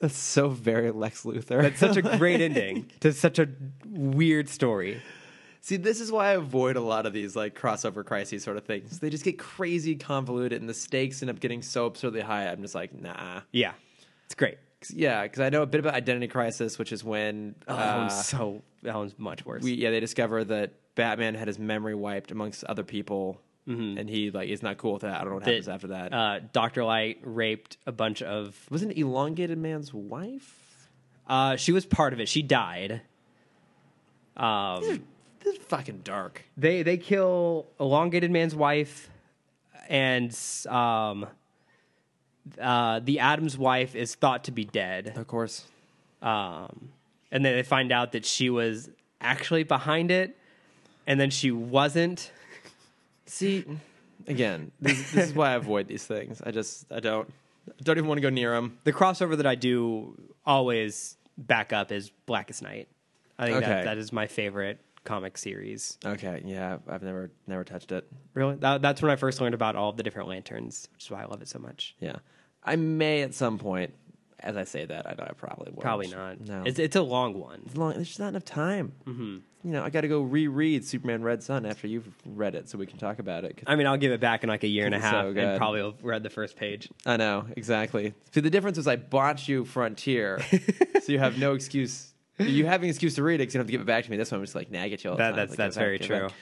That's so very Lex Luthor.
It's such a
[laughs]
great ending [laughs] to such a weird story.
See, this is why I avoid a lot of these like crossover crises sort of things. They just get crazy convoluted, and the stakes end up getting so absurdly high. I'm just like, nah.
Yeah, it's great.
'Cause- yeah, because I know a bit about identity crisis, which is when
Oh, that
uh,
one's so that one's much worse.
we yeah they discover that Batman had his memory wiped amongst other people, and he like is not cool with Mm-hmm. that. I don't know what happens after that.
uh, Dr. Light raped a bunch of.
Wasn't elongated man's wife?
Uh, she was part of it. She died. Um,
This is fucking dark.
they they kill elongated man's wife, and um, uh, the Adam's wife is thought to be dead.
Of course.
Um, and then they find out that she was actually behind it, and then she wasn't.
See, again, this, this is why I avoid these things. I just I don't I don't even want to go near them.
The crossover that I do always back up is Blackest Night. I think
Okay.
that, that is my favorite comic series.
Okay, yeah, I've- I've never never touched it.
Really? That, that's when I first learned about all the different lanterns, which is why I love it so much.
Yeah, I may at some point. As I say that, I know I probably will.
Probably not.
No,
It's, it's a long one.
It's long. There's just not enough time. Mm-hmm. You know, I got to go reread Superman Red Sun after you've read it, so we can talk about it. 'Cause
I mean, I'll give it back in like a year and a
It's [laughs] so
half
good.
and probably read the first page.
I know exactly. See, the difference is I bought you Frontier, so you have
[laughs]
no excuse. You have an excuse to read it 'cause you don't have to give it back to me. That's why I'm just like, nah, I get you all the
That-
time. Like,
that's-
give it
that's
back,
very
give it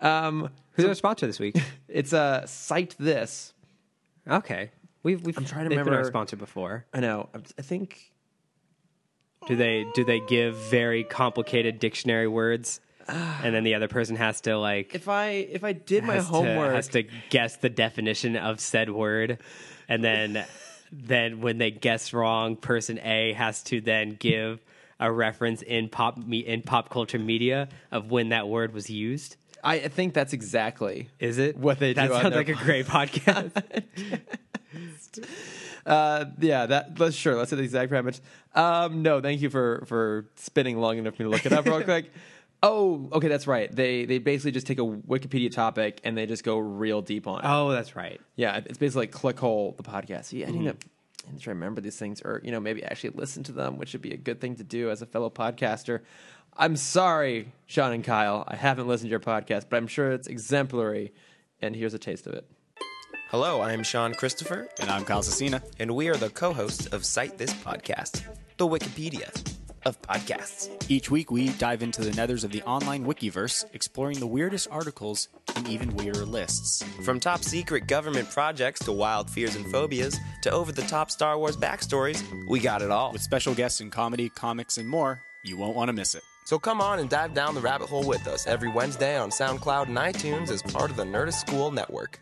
back. Um,
Who's our sponsor this week?
it's a uh, cite this.
[laughs] okay. We've, we've
I'm trying to
they've been our
remember-
sponsor before.
I know. I'm- I think
Do they do they give very complicated
[sighs]
dictionary words, and then the other person has to like
if I if I did my
has to-
homework,
has to guess the definition of said word, and [laughs] then then when they guess wrong, person A has to then give a reference in pop me in pop culture media of when that word was used.
I I think that's exactly
Is it
What they
That
do on
sounds
their
like
[laughs]
a great podcast.
Uh, yeah, that let's sure let's hit the exact premise. Um, no, thank you for for spinning long enough for me to look it up real
[laughs]
quick. Oh, okay, that's right. They they basically just take a Wikipedia topic and they just go real deep on it.
oh, that's right.
Yeah, it's basically like clickhole the podcast. See, I
Mm-hmm.
need to I need to remember these things, or you know, maybe actually listen to them, which would be a good thing to do as a fellow podcaster. I'm sorry, Sean and Kyle, I haven't listened to your podcast, but I'm sure it's exemplary. And here's a taste of it.
Hello, I am Sean Christopher,
And I'm Kyle Cecina.
and we are the co hosts of Cite This Podcast, the Wikipedia of podcasts.
Each week, we dive into the nethers of the online Wikiverse, exploring the weirdest articles and even weirder lists.
From top secret government projects to wild fears and phobias to over the top Star Wars backstories, we got it all.
With special guests in comedy, comics, and more, you won't want to miss it.
So come on and dive down the rabbit hole with us every Wednesday on SoundCloud and iTunes as part of the Nerdist School Network.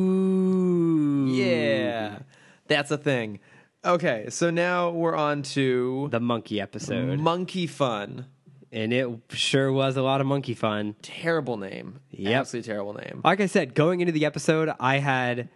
Ooh,
Yeah, that's a thing. Okay, so now we're on to
the monkey episode,
Monkey Fun.
and it sure was a lot of monkey fun.
Terrible name.
Yep.
Absolutely terrible name.
like I said, going into the episode, I had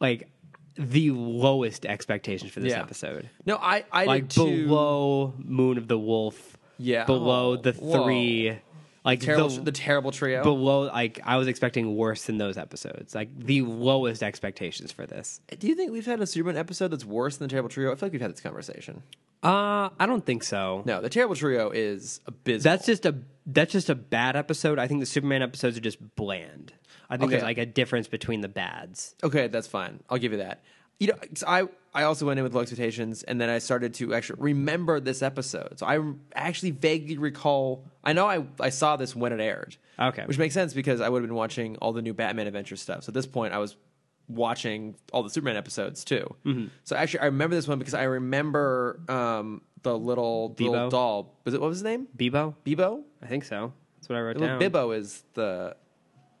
like the lowest expectations for this
Yeah.
episode.
No, I I
Like
did too.
below Moon of the Wolf.
Yeah.
Below
Oh,
the
whoa.
three. Like
terrible,
the,
the, terrible trio.
below like I was expecting worse than those episodes. Like the lowest expectations for this.
Do you think we've had a Superman episode that's worse than the terrible trio? I feel like we've had this conversation.
Uh I don't think so.
No, the terrible trio is abysmal.
That's just a that's just a bad episode. I think the Superman episodes are just bland. I think
Okay.
there's like a difference between the bads.
Okay, that's fine. I'll give you that. You know, 'cause I I also went in with low expectations, and then I started to actually remember this episode. So I actually vaguely recall. I know I I saw this when it aired.
Okay.
which makes sense because I would have been watching all the new Batman Adventure stuff. So at this point, I was watching all the Superman episodes too.
Mm-hmm.
So actually, I remember this one because I remember um, the little
Bebo?
little doll. Was it what was his name?
Bebo?
Bebo.
I think so. That's what I wrote
Well,
down.
Bibbo is the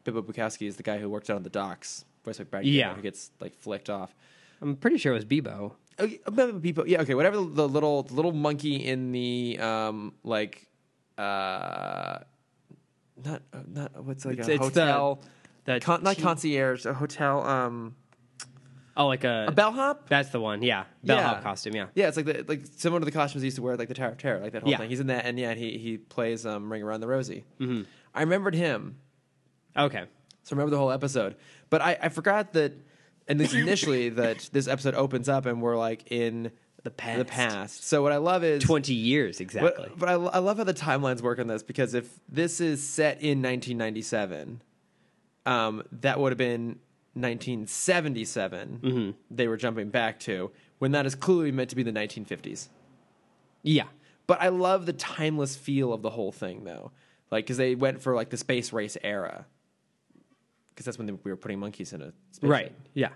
Bibbo Bukowski is the guy who worked out on the docks, voiced by Brad Garner,
Yeah.
who gets like flicked off.
I'm pretty sure it was Bebo.
Okay, Bibbo- Bibbo- yeah, okay, whatever the, the little the little monkey in the um like uh not uh, not what's like
It's-
a
it's the-
hotel
the
con, not
tea-
concierge a hotel um
Oh, like a,
a bellhop
That's the one. Yeah, bellhop
Yeah.
costume. Yeah.
yeah it's like the like similar to the costumes he used to wear at, like the Tower of Terror like that whole
Yeah.
thing he's in that and yeah he he plays um Ring Around the Rosie mm-hmm. I remembered him
Okay.
So I remember the whole episode. But I, I forgot that, at
[laughs]
least initially, that this episode opens up and we're like in
The past.
The past. So what I love is
Twenty years exactly.
But, but I, lo- I love how the timelines work on this because if this is set in 1997, um, that would have been 1977.
Mm-hmm.
They were jumping back to when that is clearly meant to be the 1950s.
yeah.
But I love the timeless feel of the whole thing, though. Like, because they went for like the space race era, because that's when they, we were putting monkeys in a space
Right. Yeah.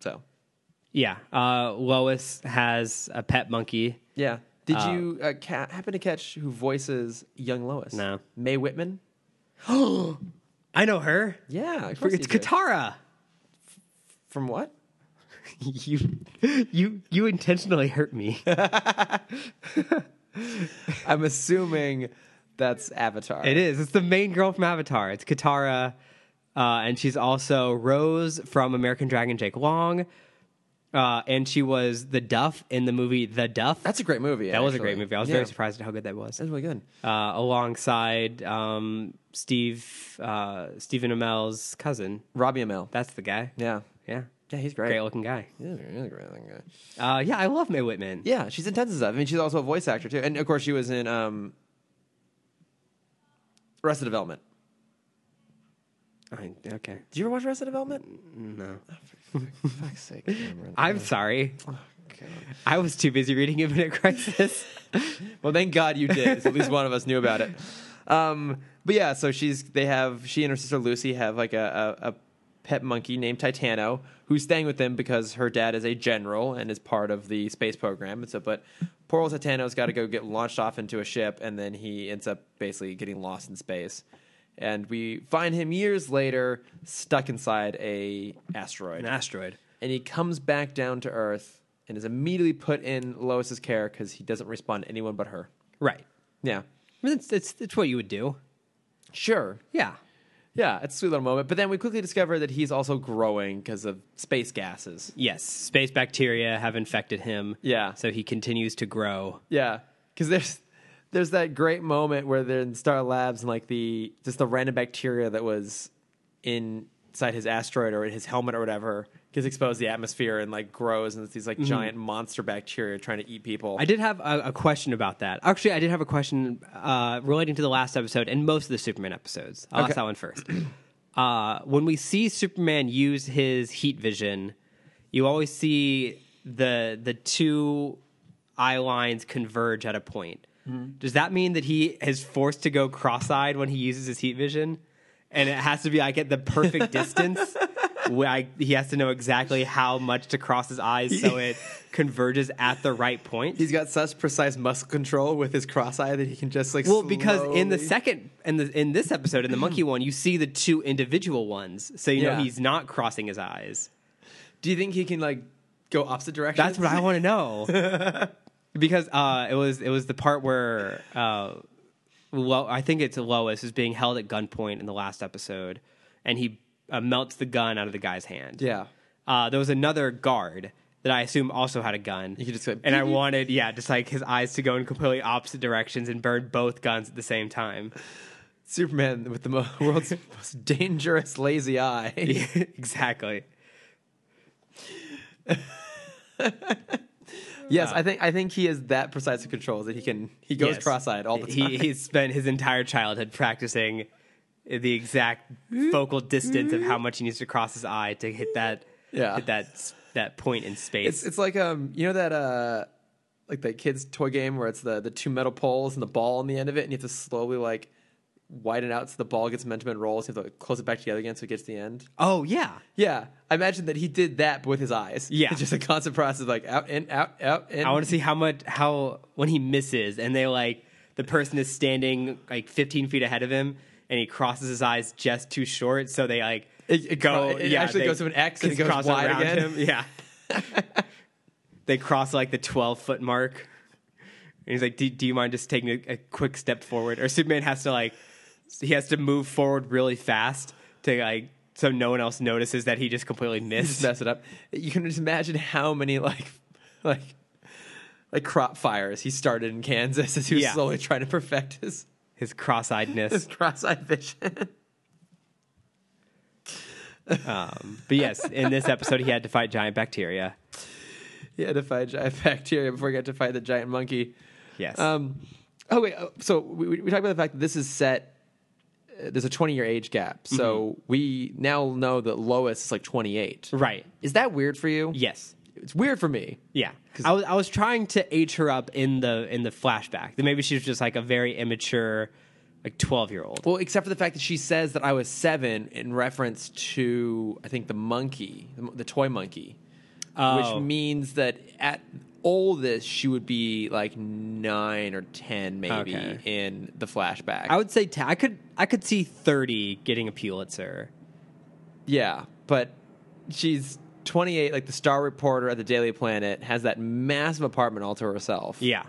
So,
Yeah. Uh, Lois has a pet monkey.
yeah. Did you uh, ca- happen to catch who voices young Lois?
No.
Mae Whitman.
I know her.
Yeah, of course
It's
you do.
Katara.
From what?
[laughs] You, you, you intentionally hurt [laughs] me.
I'm assuming that's Avatar.
It is. It's the main girl from Avatar. It's Katara, uh, and she's also Rose from American Dragon, Jake Long, uh, and she was the Duff in the movie The Duff.
That's a great movie.
that was a great movie. I was very surprised at how good that was.
That's really good.
Uh, alongside um, Steve uh, Stephen Amell's cousin.
Robbie Amell.
That's the guy.
yeah.
yeah,
Yeah, he's great.
great looking guy.
Yeah, really great looking guy.
Uh, yeah, I love Mae Whitman.
Yeah, she's intense and stuff. I mean, she's also a voice actor too, and of course, she was in um, Arrested Development.
I- okay,
Did you ever watch Arrested Development? No. For fuck's sake, Cameron.
I'm sorry.
God.
I was too busy reading Infinite Crisis.
Well, thank God you did. so at least one of us knew about it. Um, but yeah, so she's they have she and her sister Lucy have like a, a, a pet monkey named Titano who's staying with them because her dad is a general and is part of the space program. And so, but poor old Titano's got to go get launched off into a ship, and then he ends up basically getting lost in space. And we find him years later stuck inside a asteroid
An asteroid.
and he comes back down to Earth and is immediately put in Lois's care because he doesn't respond to anyone but her.
Right.
Yeah,
I mean, it's, it's, it's what you would do.
sure.
Yeah.
Yeah, it's a sweet little moment. But then we quickly discover that he's also growing because of space gases.
Yes. Space bacteria have infected him.
Yeah.
So he continues to grow.
Yeah, because there's there's that great moment where they're in Star Labs and like the just the random bacteria that was inside his asteroid or in his helmet or whatever gets exposed to the atmosphere and like grows and it's these like giant monster bacteria trying to eat people.
I did have a, a question about that. Actually, I did have a question uh, relating to the last episode and most of the Superman episodes. I'll ask
Okay.
that one first. [clears throat] Uh, when we see Superman use his heat vision, you always see the the two eye lines converge at a point. Does that mean that he is forced to go cross-eyed when he uses his heat vision, and it has to be like at the perfect distance? Where I, he has to know exactly how much to cross his eyes so it converges at the right point.
He's got such precise muscle control with his cross eye that he can just like.
Well, because in the
slowly-
second in the in this episode in
[clears throat]
the monkey one, you see the two individual ones, so you know
Yeah.
he's not crossing his eyes.
do you think he can like go opposite directions?
That's what
[laughs]
I want to know. because uh, it was it was the part where uh, Lo- I think it's Lois is being held at gunpoint in the last episode, and he uh, melts the gun out of the guy's hand.
Yeah.
Uh, there was another guard that I assume also had a gun.
You could just go,
and I wanted, yeah, just like his eyes to go in completely opposite directions and burn both guns at the same time.
Superman with the mo- [laughs]
[laughs]
world's most dangerous lazy eye. [laughs]
exactly.
Yes, I think I think he is that precise of controls that he can he goes
Yes.
cross-eyed all the time.
He, he spent his entire childhood practicing the exact focal distance of how much he needs to cross his eye to hit that
Yeah.
hit that s- that point in
[laughs]
space.
it's it's like um you know that uh like that kids toy game where it's the the two metal poles and the ball on the end of it and you have to slowly like widen out so the ball gets meant to bend rolls. You have to like, close it back together again so it gets to the end.
oh yeah,
Yeah, I imagine that he did that but with his eyes.
Yeah.
[laughs] It's just a constant process of like out in out out in.
I want to see how much how when he misses and they like the person is standing like 15 feet ahead of him and he crosses his eyes just too short, so they like
It- it
go.
cro- it
yeah,
actually
they
goes to an X and it goes
cross
wide
around
again.
Him. Yeah,
[laughs]
they cross like the 12 foot mark, and he's like, "Do, do you mind just taking a, a quick step forward?" Or Superman has to like he has to move forward really fast to like so no one else notices that he just completely
just
missed.
mess it up. You can just imagine how many like like like crop fires he started in Kansas as he was
Yeah.
slowly trying to perfect his
His cross-eyedness.
his cross-eyed [laughs] vision.
Um, but yes, in this episode, he had to fight giant bacteria.
he had to fight giant bacteria before he got to fight the giant monkey.
Yes.
Um, oh wait, oh, so we, we we talked about the fact that this is set. uh, There's a 20 year age gap, so we now know that Lois is like 28.
right.
Is that weird for you?
Yes.
it's weird for me.
Yeah. I was I was trying to age her up in the in the flashback. That maybe she was just like a very immature, like twelve year old.
Well, except for the fact that she says that I was seven in reference to, I think, the monkey, the, the toy monkey,
Oh.
which means that at oldest she would be like nine or ten, maybe
Okay.
in the flashback.
I would say ta- I could I could see thirty getting a Pulitzer.
yeah, but she's twenty-eight. Like the star reporter at the Daily Planet has that massive apartment all to herself.
Yeah.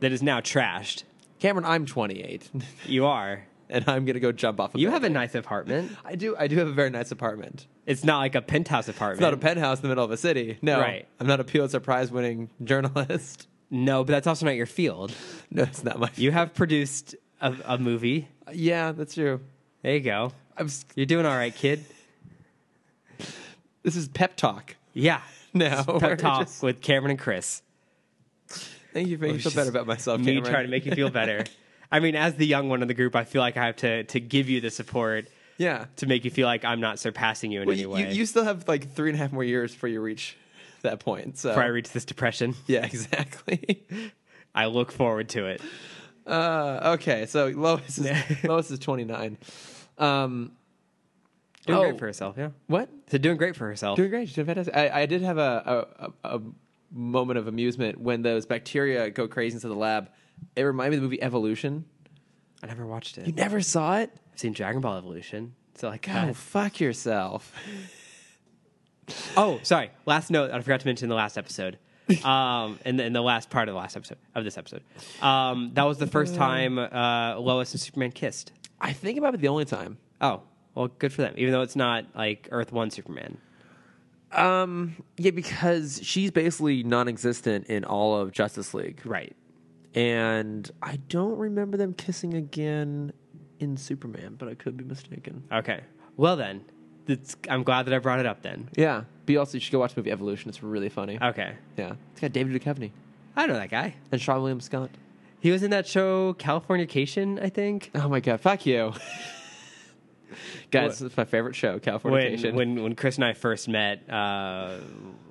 That is now trashed.
Cameron, I'm twenty-eight, [laughs]
You are.
and I'm gonna go jump off. A
You have a
building.
nice apartment.
I do. I do have a very nice apartment.
It's not like a penthouse apartment.
It's not a penthouse in the middle of a city. No,
Right.
I'm not a Pulitzer Prize winning journalist. [laughs]
no, but that's also not your field.
No, it's not my.
You have produced a, a movie.
yeah, that's true.
There you go.
I'm, s-
You're doing all right, kid.
this is pep talk.
Yeah.
[laughs] No, we're
Pep talk
just-
with Cameron and Chris.
thank you for making me feel
Oh, It's
better
just
about myself.
Me
Cameron.
trying to make you
[laughs]
feel better. I mean, as the young one in the group, I feel like I have to to give you the support
yeah.
to make you feel like I'm not surpassing you in
Well,
any
you,
way.
you still have like three and a half more years before you reach that point. So
Before I reach this depression, [laughs]
yeah, [laughs] exactly.
I look forward to it.
Uh, okay, so Lois is
[laughs]
Lois is 29. Um,
Doing
Oh.
great for herself, yeah.
what?
So doing great for herself.
Doing great. She's doing fantastic. I, I did have a, a, a, a moment of amusement when those bacteria go crazy into the lab. It reminded me of the movie Evolution.
I never watched it.
You never saw it?
I've seen Dragon Ball Evolution. So like, uh,
Go fuck yourself.
oh, sorry. Last note I forgot to mention in the
[laughs]
last episode. um, in the, in the last part of the last episode of this episode, um, that was the first time uh, Lois and Superman kissed.
I think about it the only time.
Oh, well, good for them. Even though it's not like Earth One Superman.
Yeah, because she's basically non-existent in all of Justice League,
Right.
and I don't remember them kissing again in Superman, but I could be mistaken.
Okay. Well then, it's, I'm glad that I brought it up then.
Yeah, but you also you should go watch the movie Evolution. It's really funny.
Okay.
yeah, it's got David Duchovny
I know that guy.
and Sean William Scott.
He was in that show Californication, I think.
Oh my god, fuck you, [laughs] guys!
What?
It's my favorite show, California.
When, when when Chris and I first met uh, a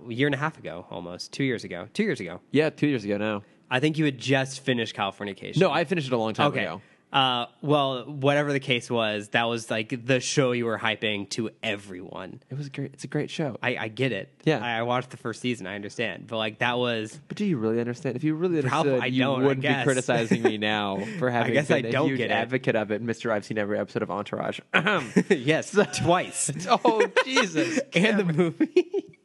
year and a half ago, almost two years ago, two years ago,
yeah, two years ago now.
I think you had just finished Californication.
No, I finished it a long time
okay.
ago.
Uh, well, whatever the case was, that was like the show you were hyping to everyone.
It was great. It's a great show.
I, I get it.
Yeah.
I, I watched the first season. I understand, but like that was
But do you really understand? If you really
Probably-
understood,
I
you
don't, I
wouldn't be
guess.
criticizing
[laughs]
me now for having
guess
been
I
a
don't
huge
get it.
advocate of it, Mister. I've seen every episode of Entourage. [laughs]
[laughs] yes twice.
oh Jesus!
and the movie.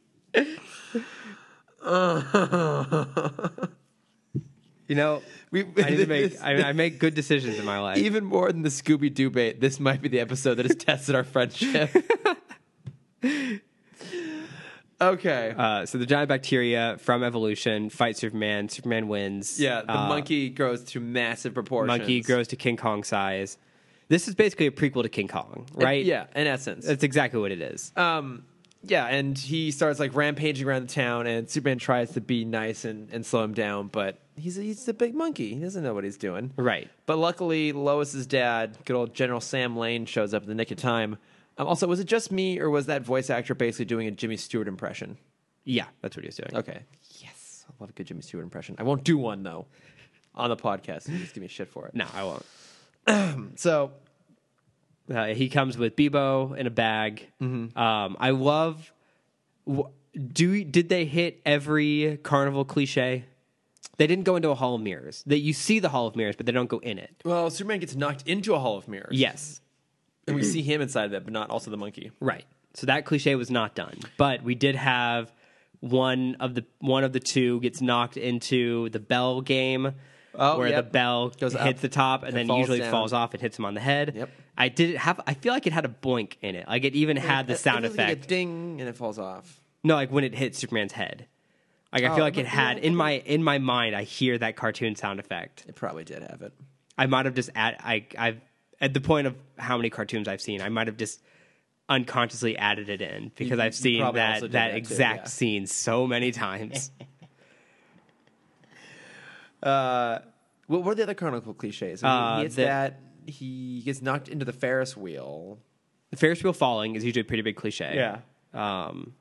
you know,
[laughs] We,
I need to make I, I make good decisions in my life.
even more than the Scooby Doo bait. [laughs]
[laughs]
This might be the episode that has tested our friendship. Okay.
Uh, so the giant bacteria from evolution fight Superman. Superman wins.
yeah, the
Uh,
monkey grows to massive proportions.
monkey grows to King Kong size. This is basically a prequel to King Kong, right?
Yeah, in essence.
that's exactly what it is.
Um, yeah, and he starts like rampaging around the town, and Superman tries to be nice and, and slow him down, but he's he's a big monkey. He doesn't know what he's doing.
Right.
But luckily, Lois's dad, good old General Sam Lane, shows up in the nick of time. Um, also, was it just me, or was that voice actor basically doing a Jimmy Stewart impression?
yeah, that's what he was doing.
Okay. Yes, I love a good Jimmy Stewart impression. I won't do one though, on the podcast. You just give me shit for it.
No, I won't. [clears throat]
So
Uh, he comes with Bebo in a bag. Um, I love. wh- Do did they hit every carnival cliche? They didn't go into a hall of mirrors. That you see the hall of mirrors, but they don't go in it.
Well, Superman gets knocked into a hall of mirrors.
Yes,
And we see him inside of that, but not also the monkey.
right. So that cliche was not done, but we did have one of the one of the two gets knocked into the bell game,
Oh,
where
yep.
the bell
Goes up
hits the top and, then
falls
usually
down.
falls off. It hits him on the head.
Yep.
I did it have. I feel like it had a boink in it. Like it even had the
It- it
sound
feels like
effect.
a ding, and it falls off.
No, like when it hits Superman's head. Like I
Oh,
feel like it
but-
had in my in my mind. I hear that cartoon sound effect.
It probably did have it.
I might have just add. I I've at the point of how many cartoons I've seen. I might have just unconsciously added it in because
You- you
I've seen that
probably also
that,
did that too,
exact
yeah.
scene so
[laughs]
many times.
What were the other Chronicle cliches? I mean,
Uh,
he gets
the-
that he gets knocked into the Ferris wheel.
the Ferris wheel falling is usually a pretty big cliche. Um.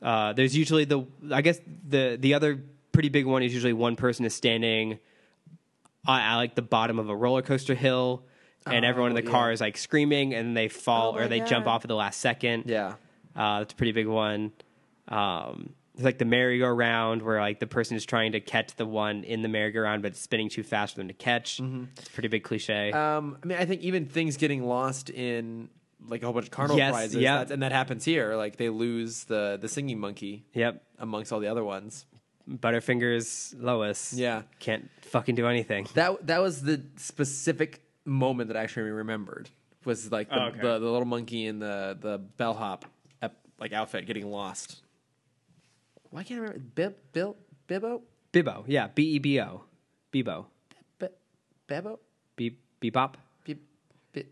Uh, there's usually the I guess the the other pretty big one is usually one person is standing I, I like the bottom of a roller coaster hill, and everyone in the
Oh, yeah.
car is like screaming, and they fall
Oh my
or they jump
God.
off at the last second.
yeah.
uh, that's a pretty big one. Um, it's like the merry-go-round, where like the person is trying to catch the one in the merry-go-round, but it's spinning too fast for them to catch.
Mm-hmm.
It's a pretty big cliche.
Um, I mean, I think even things getting lost in like a whole bunch of carnival
Yes,
prizes,
yeah.
that's- and that happens here. Like they lose the the singing monkey
yep,
amongst all the other ones.
Butterfingers Lois.
Yeah.
can't fucking do anything.
That that was the specific moment that I actually remembered was like the,
Oh, okay.
the, the little monkey in the the bellhop ep- like outfit getting lost. Why can't I remember? Bib, Bill, Bibbo,
Bibbo, yeah, B E B O, Bebo,
Be, Bebo,
Be Bebop,
Bib, Bib,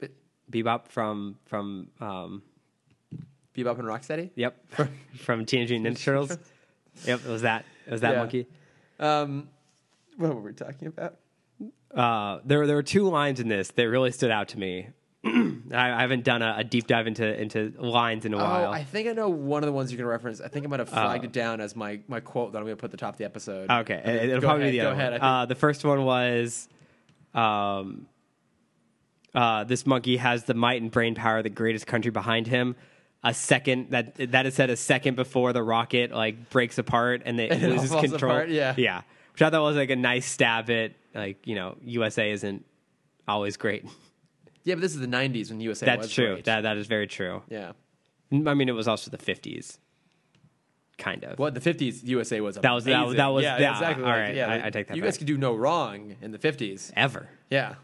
Bib,
Bebop from from um,
Bebop and Rocksteady.
Yep. [laughs] From Teenage Mutant
[laughs]
Ninja Turtles. Yep, it was that. It was that
Yeah.
monkey.
Um, what were we talking about?
Uh, there, there were two lines in this that really stood out to me. [clears throat] I, I haven't done a, a deep dive into into lines in a while.
Oh, I think I know one of the ones you can reference. I think I'm gonna flag it down as my, my quote that I'm gonna put at the top of the episode.
Uh, Ah, Okay, it, will
go
probably
ahead,
be the
go
other
ahead,
one.
I think-
Uh, the first one was, um, uh, this monkey has the might and brain power of the greatest country behind him. A second that that is said a second before the rocket like breaks apart
[laughs]
and it
it all
loses
falls
control.
apart, yeah.
yeah. Which I thought was like a nice stab at like you know USA isn't always great. [laughs]
Yeah, but this is the '90s when USA.
That's
was
true.
great.
That that is very true.
yeah.
I mean, it was also the fifties, kind of.
Well, the '50s USA was
That was- that was-
amazing.
that was-
yeah,
yeah,
exactly.
all
like,
right,
yeah,
I-
like,
I take that
You guys
back.
could do no wrong in the '50s.
ever?
Yeah,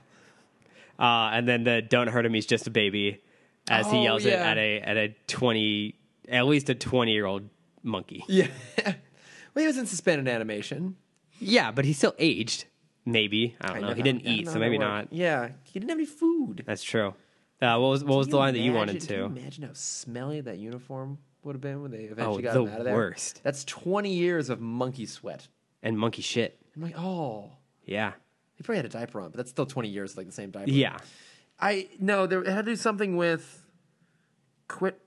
Uh, and then the "Don't hurt him, he's just a baby," as
Oh,
he yells it
yeah.
at a at a twenty, at least a twenty year old monkey.
yeah. [laughs] well, he was in suspended animation.
Yeah, but he's still aged. Maybe I don't know. He didn't
I don't know
eat, so
how that
maybe not.
worked. Yeah, he didn't have any food.
That's true. Uh, what was what was the line that you wanted
Can you
to?
imagine how smelly that uniform would have been when they eventually
Oh,
got
the
him out of there.
worst.
That's 20 years of monkey sweat.
And monkey shit.
I'm like, oh,
Yeah,
he probably had a diaper on, but that's still 20 years like the same diaper.
yeah.
I no, there it had to do something with quit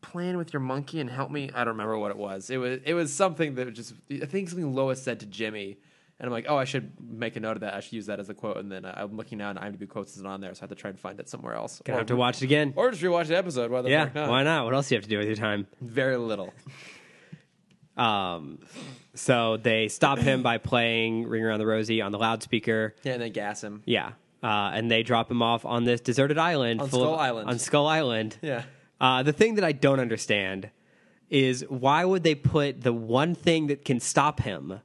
playing with your monkey and help me. I don't remember what it was. It was it was something that just I think something Lois said to Jimmy, and I'm like, oh, I should make a note of that. I should use that as a quote. And then I, I'm looking now, and IMDb quotes isn't on there, so I have to try and find it somewhere else.
Gonna
or,
have to watch it again.
or just rewatch the episode. Why the
yeah,
fuck not?
why not? What else do you have to do with your time?
Very little.
Um, so they stop him by playing "Ring Around the Rosie" on the loudspeaker.
Yeah, and then gas him.
Yeah. Uh, and they drop him off on this deserted island.
On
full
Skull
of-
Island.
On Skull Island.
Yeah.
Uh, the thing that I don't understand is why would they put the one thing that can stop him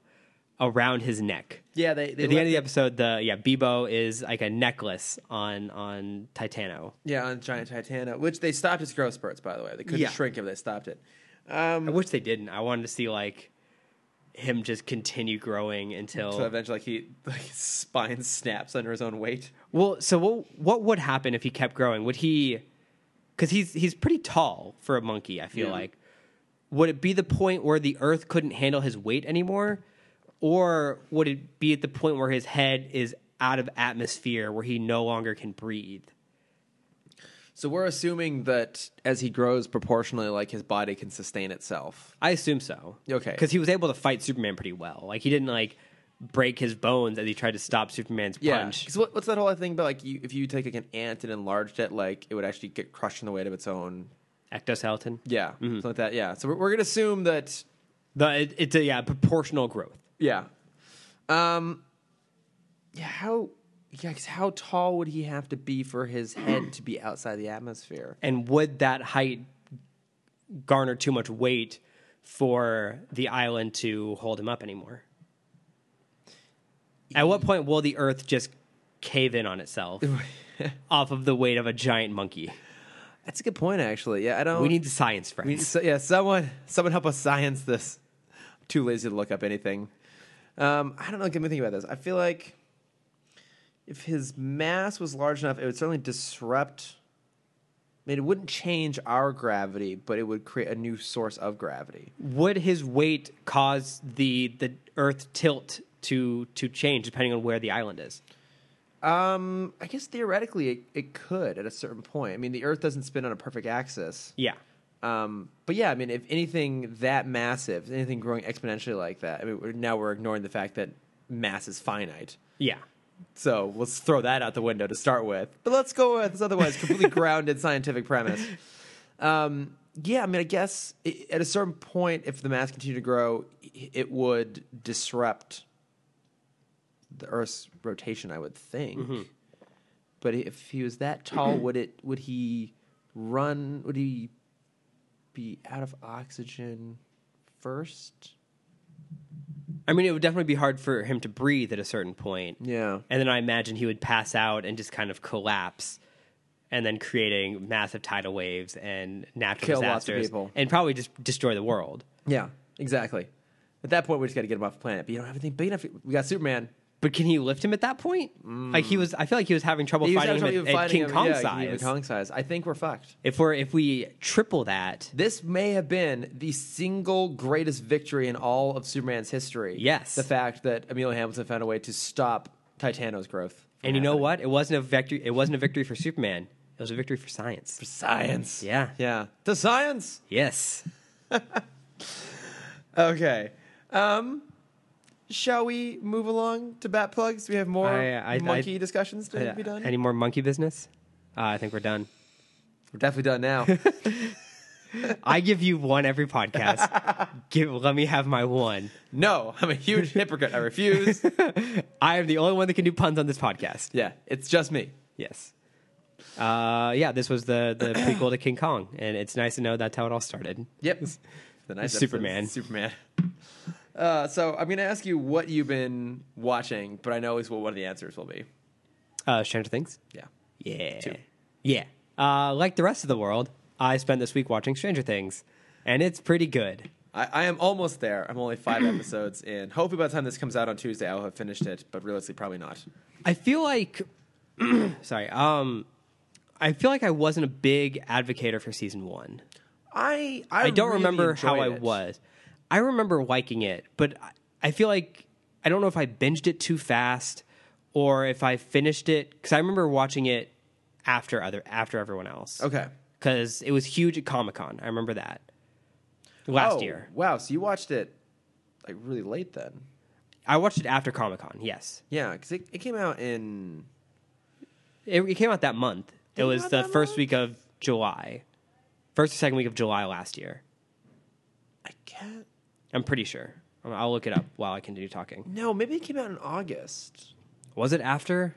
around his neck?
Yeah, they, they
At the
let-
end of the episode, the yeah, Bebo is like a necklace on on Titano.
yeah on Giant Titana, which they stopped his growth spurts. By the way, they couldn't
Yeah.
shrink him. They stopped it. Um,
I wish they didn't. I wanted to see like him just continue growing until
So eventually, like, he like his spine snaps under his own weight.
Well, so what what would happen if he kept growing? Would he? Because he's he's pretty tall for a monkey. I feel
Yeah.
like. Would it be the point where the Earth couldn't handle his weight anymore, or would it be at the point where his head is out of atmosphere, where he no longer can breathe?
So we're assuming that as he grows proportionally, like his body can sustain itself.
I assume so.
Okay.
Because he was able to fight Superman pretty well. Like he didn't like break his bones as he tried to stop Superman's punch.
Because what, what's that whole thing about like you, if you take like an ant and enlarged it, like it would actually get crushed in the weight of its own.
Ectoskeleton.
Yeah, Mm-hmm. something like that. Yeah. So we're, we're gonna assume that.
The, it- it's a yeah proportional growth.
Yeah. Um. Yeah. How. Yeah, 'cause how tall would he have to be for his head to be outside the atmosphere?
and would that height garner too much weight for the island to hold him up anymore? At what point will the Earth just cave in on itself off of the weight of a giant monkey?
That's a good point, actually. Yeah, I don't.
We need the science,
We-
friends.
so, yeah, someone, someone help us science this. I'm too lazy to look up anything. Um, I don't know. Give me thinking about this. I feel like if his mass was large enough, it would certainly disrupt. I mean, it wouldn't change our gravity, but it would create a new source of gravity.
Would his weight cause the the Earth tilt to to change depending on where the island is?
Um, I guess theoretically, it, it could at a certain point. I mean, the Earth doesn't spin on a perfect axis.
Yeah.
Um, but yeah, I mean, if anything that massive, anything growing exponentially like that, I mean, we're, now we're ignoring the fact that mass is finite.
Yeah.
So let's throw that out the window to start with. But let's go with this otherwise completely [laughs] grounded scientific premise. Um, yeah, I mean, I guess i at a certain point, if the mass continued to grow, i- it would disrupt the Earth's rotation. I would think. But if he was that [clears throat] tall, would it? Would he run? Would he be out of oxygen first?
I mean, it would definitely be hard for him to breathe at a certain point.
Yeah.
And then I imagine he would pass out and just kind of collapse, and then creating massive tidal waves and natural
Kill lots of
disasters,
people.
and probably just destroy the world.
Yeah, exactly. At that point, we just got to get him off the planet. But you don't have anything big enough. We got Superman.
But can you lift him at that point? Like he was, I feel like he was having trouble
Mm. He was
fighting
actually
him at, at
fighting
King
him-
Kong
yeah,
size.
King Kong size. I think we're fucked.
If we're if we triple that,
This may have been the single greatest victory in all of Superman's history.
Yes.
the fact that Emilio Hamilton found a way to stop Titano's growth. from
and you know
happening.
what, it wasn't a victory. It wasn't a victory for Superman. It was a victory for science.
Science.
Yeah.
Yeah. To science.
Yes.
Okay. Um, shall we move along to bat plugs? Do we have more
I- I-
monkey
I-
discussions to be done?
Any more monkey business? Uh, I think we're done.
We're definitely done
[laughs]
now.
I give you one every podcast. give, let me have my one.
no, I'm a huge hypocrite. I
[laughs]
refuse.
I am the only one that can do puns on this podcast.
Yeah, it's just me.
Yes. Uh, yeah, this was the the prequel to King Kong, and it's nice to know that's how it all started.
Yep. [laughs] The nice episode
Superman.
is Superman. Uh, so I'm gonna ask you what you've been watching, but I know at least what one of the answers will be.
Uh, Stranger Things.
Yeah.
Yeah.
Two.
Yeah. Uh, like the rest of the world, I spent this week watching Stranger Things, and it's pretty good.
I, I am almost there. I'm only [clears throat] five episodes in. Hopefully by the time this comes out on Tuesday I'll have finished it, but realistically probably not.
I feel like, [clears throat] sorry, um, I feel like I wasn't a big advocator for season one.
I I,
I don't
really
remember how I
enjoyed it.
was. I remember liking it, but I- I feel like I don't know if I binged it too fast or if I finished it because I remember watching it after other after everyone else.
Okay.
because it was huge at Comic Con. I remember that last
Oh,
year.
Wow, so you watched it like really late then.
I watched it after Comic Con. Yes,
Yeah, because it, it came out in
it, it came out that month. It
it
was
out
the
that
first
month?
week of July, first or second week of July last year.
I can't
I'm pretty sure. I'll look it up while I continue talking.
no, maybe it came out in August.
Was it after?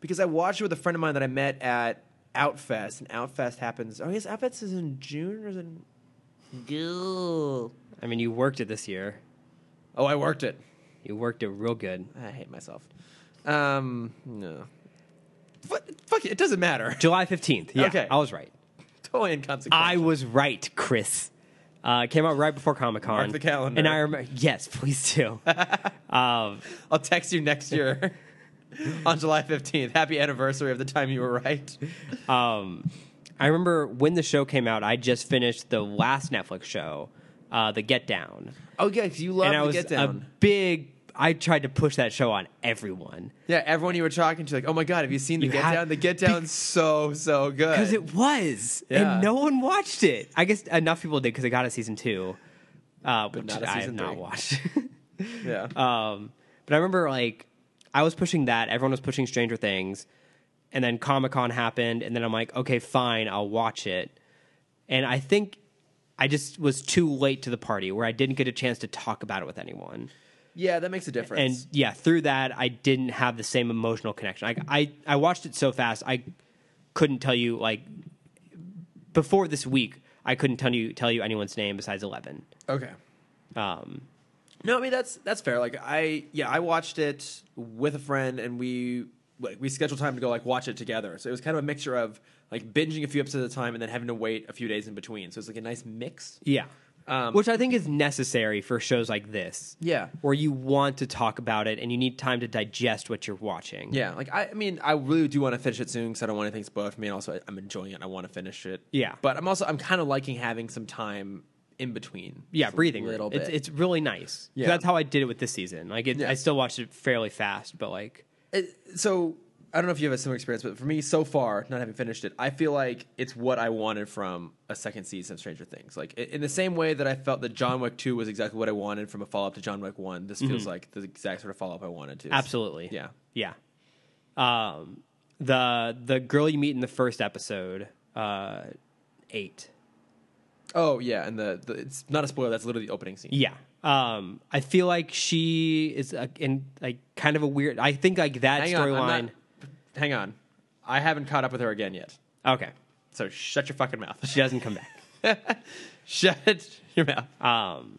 because I watched it with a friend of mine that I met at Outfest, and Outfest happens. Oh, yes, Outfest is in June or is it? in-
I mean, you worked it this year.
Oh, I worked it.
You worked it real good.
I hate myself. Um, no. What? Fuck it. It doesn't matter. [laughs]
July 15th. Yeah,
Okay.
I was right.
Totally inconsequential.
I was right, Chris. Uh, it came out right before Comic Con.
Mark the calendar.
And I remember. Yes, [laughs] please do. um,
I'll text you next [laughs] year on July 15th. Happy anniversary of the time you were right.
um, I remember when the show came out. I just finished the last Netflix show, uh, The Get Down,
Oh, yeah, because you love
and I
the
was
get down.
a big. I tried to push that show on everyone
yeah, everyone you were talking to, like, oh my God, have you seen the
You
get
have-
down? The get down's so, so good.
because it was,
Yeah.
and no one watched it. I guess enough people did because it got a season two, uh, which
not a
I have
season
not
three.
watched. [laughs]
yeah.
Um, but I remember like I was pushing that. Everyone was pushing Stranger Things, and then Comic Con happened, and then I'm like, okay, fine, I'll watch it. And I think I just was too late to the party where I didn't get a chance to talk about it with anyone.
yeah, that makes a difference.
And yeah, through that, I didn't have the same emotional connection. I I, I watched it so fast, I couldn't tell you like before this week. I couldn't tell you tell you anyone's name besides Eleven.
okay.
Um,
No, I mean that's that's fair. Like I yeah, I watched it with a friend and we like we scheduled time to go like watch it together. So it was kind of a mixture of like binging a few episodes at a time and then having to wait a few days in between. So it's like a nice mix.
Yeah.
Um,
Which I think is necessary for shows like this.
Yeah.
Where you want to talk about it and you need time to digest what you're watching.
Yeah, like I, I mean, I really do want to finish it soon because I don't want anything spoiled for me, and also I, I'm enjoying it. and I want to finish it.
Yeah.
but I'm also I'm kind of liking having some time in between.
Yeah,
Just
breathing.
a little
room.
bit.
It's, it's really nice.
Yeah.
That's how I did it with this season. Like, it,
Yeah.
I still watched it fairly fast, but like,
It- Uh, so I don't know if you have a similar experience, but for me, so far, not having finished it, I feel like it's what I wanted from a second season of Stranger Things. Like i- in the same way that I felt that John Wick Two was exactly what I wanted from a follow up to John Wick One. This feels like the exact sort of follow up I wanted to.
absolutely.
Yeah.
Yeah. Um, the the girl you meet in the first episode, uh, eight.
Oh yeah, and the, the it's not a spoiler. That's literally the opening scene.
Yeah. Um, I feel like she is uh in like kind of a weird. I think like that
Hang on, I'm
storyline.
not- hang on, I haven't caught up with her again yet.
Okay,
So shut your fucking mouth. [laughs]
she doesn't come back.
shut your mouth.
Um,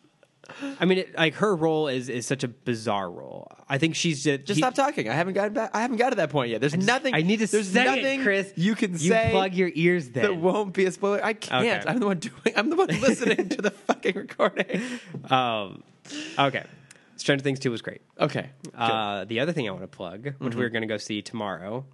I mean, it, like her role is is such a bizarre role. I think she's just,
Just
he-
stop talking. I haven't gotten back. I haven't got to that point yet. There's nothing.
I need to
There's
say
nothing,
it, Chris.
You can say
you plug your ears
that
then.
won't be a spoiler. I can't.
Okay.
I'm the one doing. I'm the
[laughs]
one listening to the fucking recording.
um, okay, Stranger Things two was great.
Okay.
Uh, the other thing I want to plug, which
Mm-hmm.
we're going to go see tomorrow,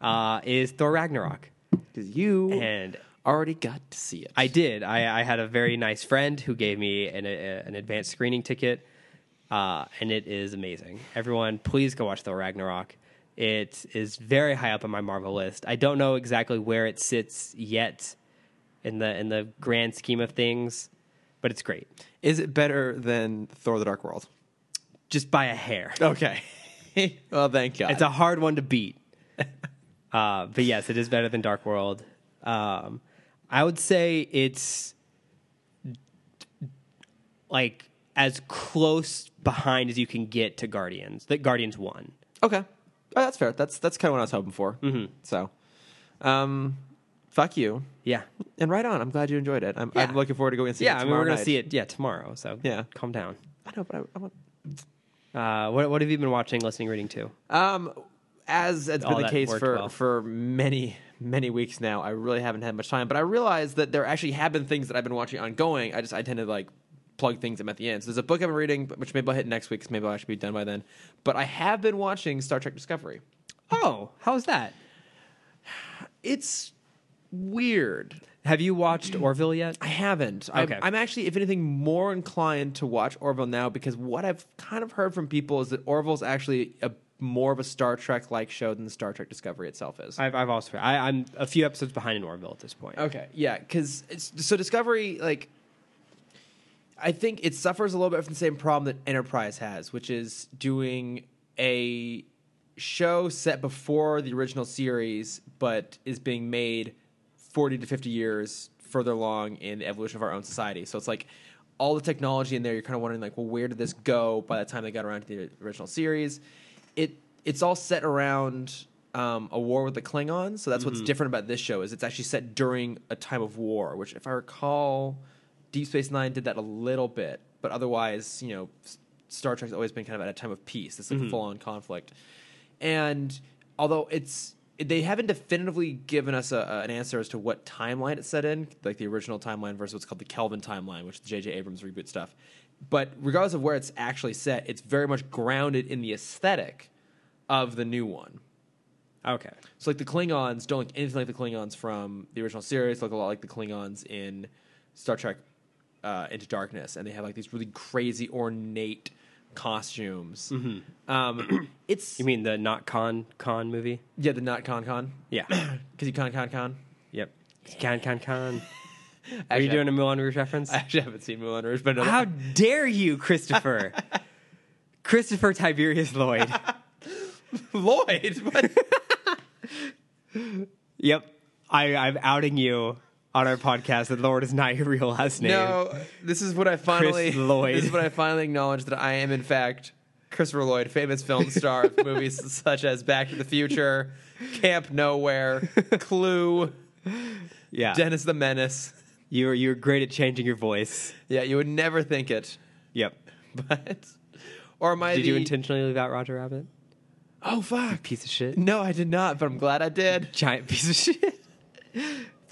uh, is Thor Ragnarok,
Because you
and
[laughs] already got to see it.
I did. I, I had a very nice friend who gave me an, a, an advanced screening ticket, uh, and it is amazing. Everyone, please go watch Thor Ragnarok. It is very high up on my Marvel list. I don't know exactly where it sits yet in the in the grand scheme of things, but it's great,
Is it better than Thor: The Dark World?
just by a hair.
Okay. well, Oh, thank God.
It's a hard one to beat. [laughs] uh, but yes, it is better than Dark World. Um, I would say it's like as close behind as you can get to Guardians. That Guardians won.
okay. Oh, that's fair. That's that's kind of what I was hoping for. Mm-hmm. So, um, fuck you.
Yeah,
And right on. I'm glad you enjoyed it. I'm, I'm
Yeah.
looking forward to going and seeing
yeah.
it
I mean, we're
tomorrow
gonna
night.
see it. Yeah, tomorrow. So
Yeah.
calm down.
I know, but I, I want.
Uh, what what have you been watching, listening, reading to?
Um, as has
All
been the
that
case
worked
for,
well.
for many, many weeks now, I really haven't had much time. But I realized that there actually have been things that I've been watching ongoing. I just I tend to like plug things I'm at the end. So there's a book I've been reading, but- which maybe I'll hit next week because maybe I should be done by then. But I have been watching Star Trek Discovery.
Oh, how's that?
It's weird.
Have you watched Orville yet?
I haven't. I'm-
Okay.
I'm, actually, if anything, more inclined to watch Orville now because what I've kind of heard from people is that Orville's actually a more of a Star Trek like show than Star Trek Discovery itself is.
I've I've also I, I'm a few episodes behind in Orville at this point.
Okay, yeah, because so Discovery, like, I think it suffers a little bit from the same problem that Enterprise has, which is doing a show set before the original series, but is being made forty to fifty years further along in the evolution of our own society. So it's like all the technology in there. You're kind of wondering, like, well, where did this go by the time they got around to the original series? It it's all set around um, a war with the Klingons. So that's what's different about this show is it's actually set during a time of war, which, if I recall, Deep Space Nine did that a little bit, but otherwise, you know, S- Star Trek's always been kind of at a time of peace. It's like a full on conflict, and although it's they haven't definitively given us a, a- an answer as to what timeline it's set in, like the original timeline versus what's called the Kelvin timeline, which is J.J. Abrams reboot stuff. But regardless of where it's actually set, it's very much grounded in the aesthetic of the new one.
Okay.
So like the Klingons don't look anything like the Klingons from the original series. They look a lot like the Klingons in Star Trek uh, Into Darkness, and they have like these really crazy ornate costumes. [clears throat] Um, it's
You mean the not con con movie?
yeah, the not Con Con
Yeah. [clears throat]
because you Con Con Con.
yep. Con con [laughs] con. Are
Actually,
you doing a Moulin Rouge reference?
[laughs] I actually haven't seen Moulin Rouge, but I know
How dare you, Christopher? [laughs] Christopher Tiberius Lloyd.
[laughs] Lloyd. But
[laughs] yep. I, I'm outing you on our podcast that Lord is not your real last
[laughs]
name.
no, this is what I finally.
Lloyd.
This is what I finally acknowledge that I am in fact. Christopher Lloyd, famous film star [laughs] of movies such as Back to the Future, Camp [laughs] Nowhere, Clue,
[laughs]
[laughs]
Yeah.
Dennis the Menace.
you're you're great at changing your voice.
Yeah, you would never think it, [laughs]
Yep.
but or am I?
Did you
the-
intentionally leave out Roger Rabbit?
Oh fuck!
Piece of shit.
No, I did not, but I'm glad I did.
[laughs] Giant piece of shit. [laughs]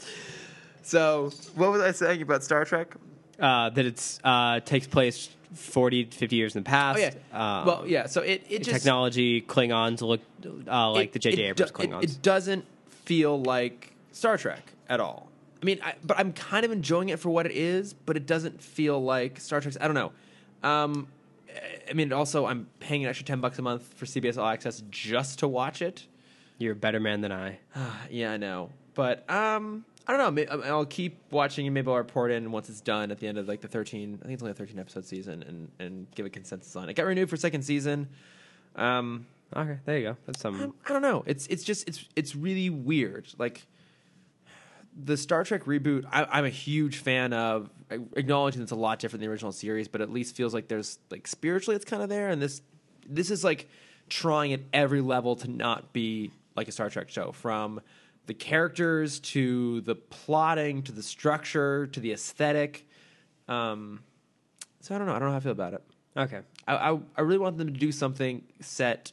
So, what was I saying about Star Trek?
Uh, that it's uh, takes place 40, 50 years in the
Oh
past.
yeah.
Um,
well, yeah. So it it just
technology Klingons look uh, like
it-
the J.J.
it do-
Abrams Klingons.
It, it doesn't feel like Star Trek at all. I mean, I, but I'm kind of enjoying it for what it is, but it doesn't feel like Star Trek's. I don't know. Um, I mean, also, I'm paying an extra ten bucks a month for CBS All Access just to watch it.
You're a better man than I.
Yeah, I know. But um, I don't know. May- I- I'll keep watching and maybe I'll report in once it's done at the end of like the 13. I think it's only a 13 episode season, and and give a consensus on it. it got renewed for a second season. Um,
Okay, there you go. That's
I
some.
I don't know. It's it's just it's it's really weird. Like the Star Trek reboot, I, I'm a huge fan of. Acknowledging it's a lot different than the original series, but at least feels like there's like spiritually it's kind of there. And this this is like trying at every level to not be like a Star Trek show, from the characters to the plotting to the structure to the aesthetic. Um, so I don't know. I don't know how I feel about it.
Okay.
I, I, I really want them to do something set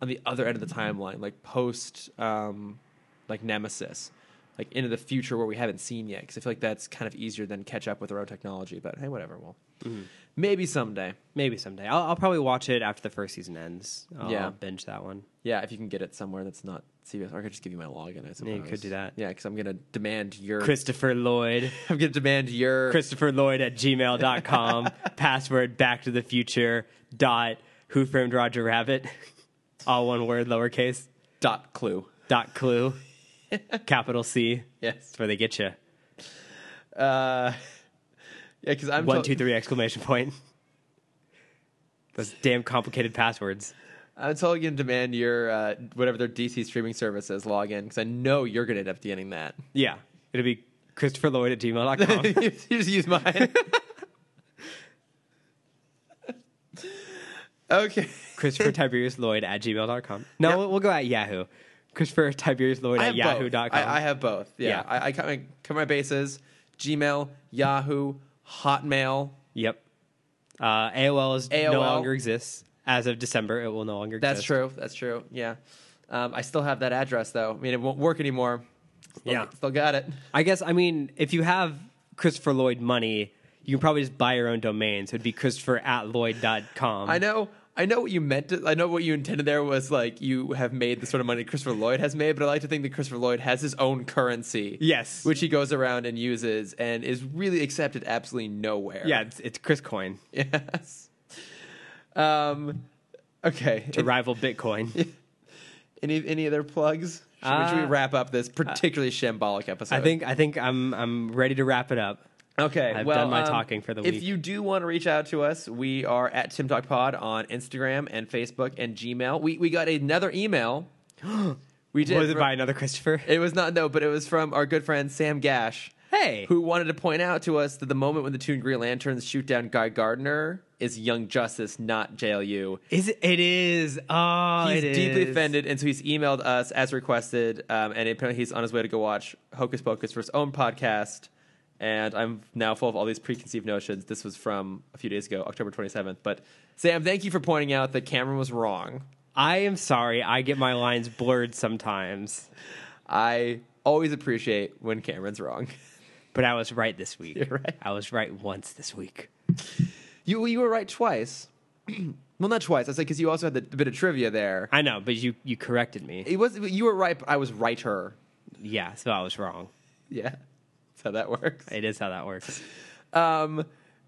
on the other end of the
Mm-hmm.
timeline, like post, um, like Nemesis, like into the future where we haven't seen yet. Because I feel like that's kind of easier than catch up with our own technology. But hey, whatever. Well,
Mm-hmm.
maybe someday.
Maybe someday. I'll, I'll probably watch it after the first season ends. I'll
Yeah.
binge that one.
Yeah, if you can get it somewhere that's not CBS, or I could just give you my login. I suppose.
you could do that.
Yeah, because I'm gonna demand your.
Christopher Lloyd.
[laughs]
[laughs]
I'm gonna demand your.
Christopher Lloyd at gmail.com. [laughs] Password back to the future dot who framed Roger Rabbit. [laughs] All one word, lowercase.
dot clue.
Dot clue. [laughs] capital C.
Yes.
That's where they get you.
Uh, yeah, because I'm
One,
told-
two, three exclamation point. Those damn complicated passwords.
I'm totally gonna demand your uh, whatever their DC streaming service is login because I know you're gonna end up getting that.
Yeah. It'll be Christopher Lloyd at
[laughs]
gmail.com.
you just use mine. [laughs] okay.
Christopher Tiberius Lloyd at gmail.com. No, we'll, we'll go at Yahoo. Christopher Tiberius Lloyd
I
at
have both.
yahoo.com.
I, I have both. Yeah.
Yeah.
I, I cut my cut my bases. Gmail, Yahoo, Hotmail.
Yep. Uh, AOL is
AOL.
no longer exists. As of December, it will no longer
That's
exist.
true. That's true. Yeah. Um, I still have that address though. I mean, it won't work anymore. Still-
Yeah.
Still got it.
I guess, I mean, if you have Christopher Lloyd money, you can probably just buy your own domain. So it'd be Christopher at Lloyd.com.
I know. I know what you meant. To, I know what you intended there was like you have made the sort of money Christopher Lloyd has made, but I like to think that Christopher Lloyd has his own currency.
Yes.
which he goes around and uses and is really accepted absolutely nowhere.
Yeah, it's, it's Chris Coin
[laughs] Yes. Um. Okay.
to
[laughs]
rival Bitcoin.
Any any other plugs? Should, we- should we
Uh,
wrap up this particularly shambolic episode?
I think I think I'm I'm ready to wrap it up.
Okay,
I've
well,
done my
um,
talking for the
if
week.
you do want to reach out to us, we are at Tim Talk Pod on Instagram and Facebook and Gmail. We we got another email. [gasps] we did.
Was it
from-
by another Christopher?
It was not no, but it was from our good friend Sam Gash.
Hey.
who wanted to point out to us that the moment when the two Green Lanterns shoot down Guy Gardner is Young Justice, not JLU.
Is it, it is. Oh,
He's
it is.
deeply offended, and so he's emailed us as requested. Um, and apparently, he's on his way to go watch Hocus Pocus for his own podcast. And I'm now full of all these preconceived notions. This was from a few days ago, October 27th. But Sam, thank you for pointing out that Cameron was wrong.
I am sorry. I get my lines blurred sometimes,
I always appreciate when Cameron's wrong. [laughs]
but I was right this week.
You're right.
I was right once this week.
You you were right twice. [clears throat] well, not twice. I said because you also had the, the bit of trivia there.
I know, but you you corrected me.
It was you were right, but I was righter.
Yeah, so I was wrong.
Yeah, that's how that works.
It is how that works.
Um,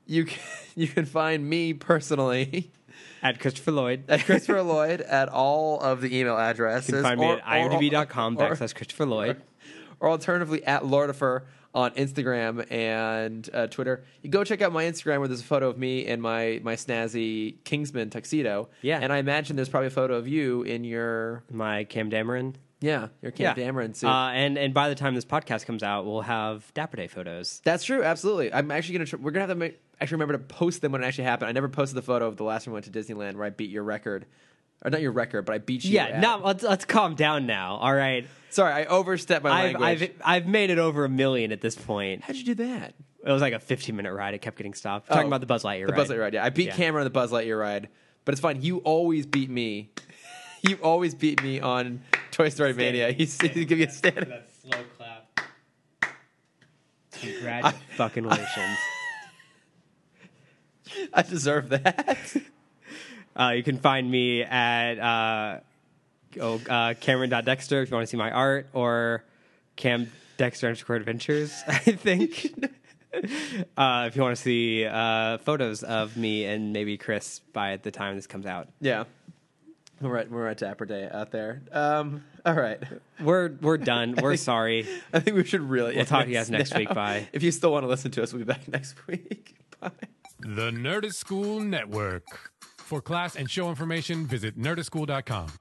you can, [laughs] you can find me personally [laughs]
At Christopher Lloyd.
at Christopher Lloyd at all of the email addresses.
You can find me
or-
at imdb.com
or-
backslash Christopher Lloyd.
[laughs] or alternatively at Lordifer on Instagram and uh, Twitter. You go check out my Instagram where there's a photo of me in my my snazzy Kingsman tuxedo.
Yeah.
and I imagine there's probably a photo of you in your
My Cam Dameron.
yeah your Camp Dameron suit.
Uh, and and by the time this podcast comes out, we'll have Dapper Day photos.
That's true. Absolutely. I'm actually gonna. Tr- we're gonna have to make, actually remember to post them when it actually happened. I never posted the photo of the last time we went to Disneyland where I beat your record, or not your record, but I beat you.
Yeah,
at-
no, let's let's calm down now. All right,
Sorry, I overstepped my
I've,
language.
I've I've made it over a million at this point.
How'd you do that?
It was like a 15 minute ride. It kept getting stopped. Talking
Oh,
about the Buzz Lightyear
The
ride.
Buzz Lightyear ride. Yeah, I beat
Yeah.
Cameron on the Buzz Lightyear ride, but it's fine. You always beat me. [laughs] you always beat me on Toy Story Mania. He's, he's giving me a stand.
That slow clap. Congratulations.
I deserve that. [laughs]
uh, you can find me at uh, oh, uh, Cameron.dexter if you want to see my art or Cam Dexter underscore adventures, [laughs] I think. uh, if you want to see uh, photos of me and maybe Chris by the time this comes out.
yeah. We're at we're at Dapper Day out there. Um, all right.
We're, we're done. We're sorry.
I think we should really.
We'll talk to
[laughs]
you guys next week. Bye.
If you still want to listen to us, we'll be back [laughs] next week. Bye.
The Nerdist School Network. For class and show information, visit nerdistschool.com.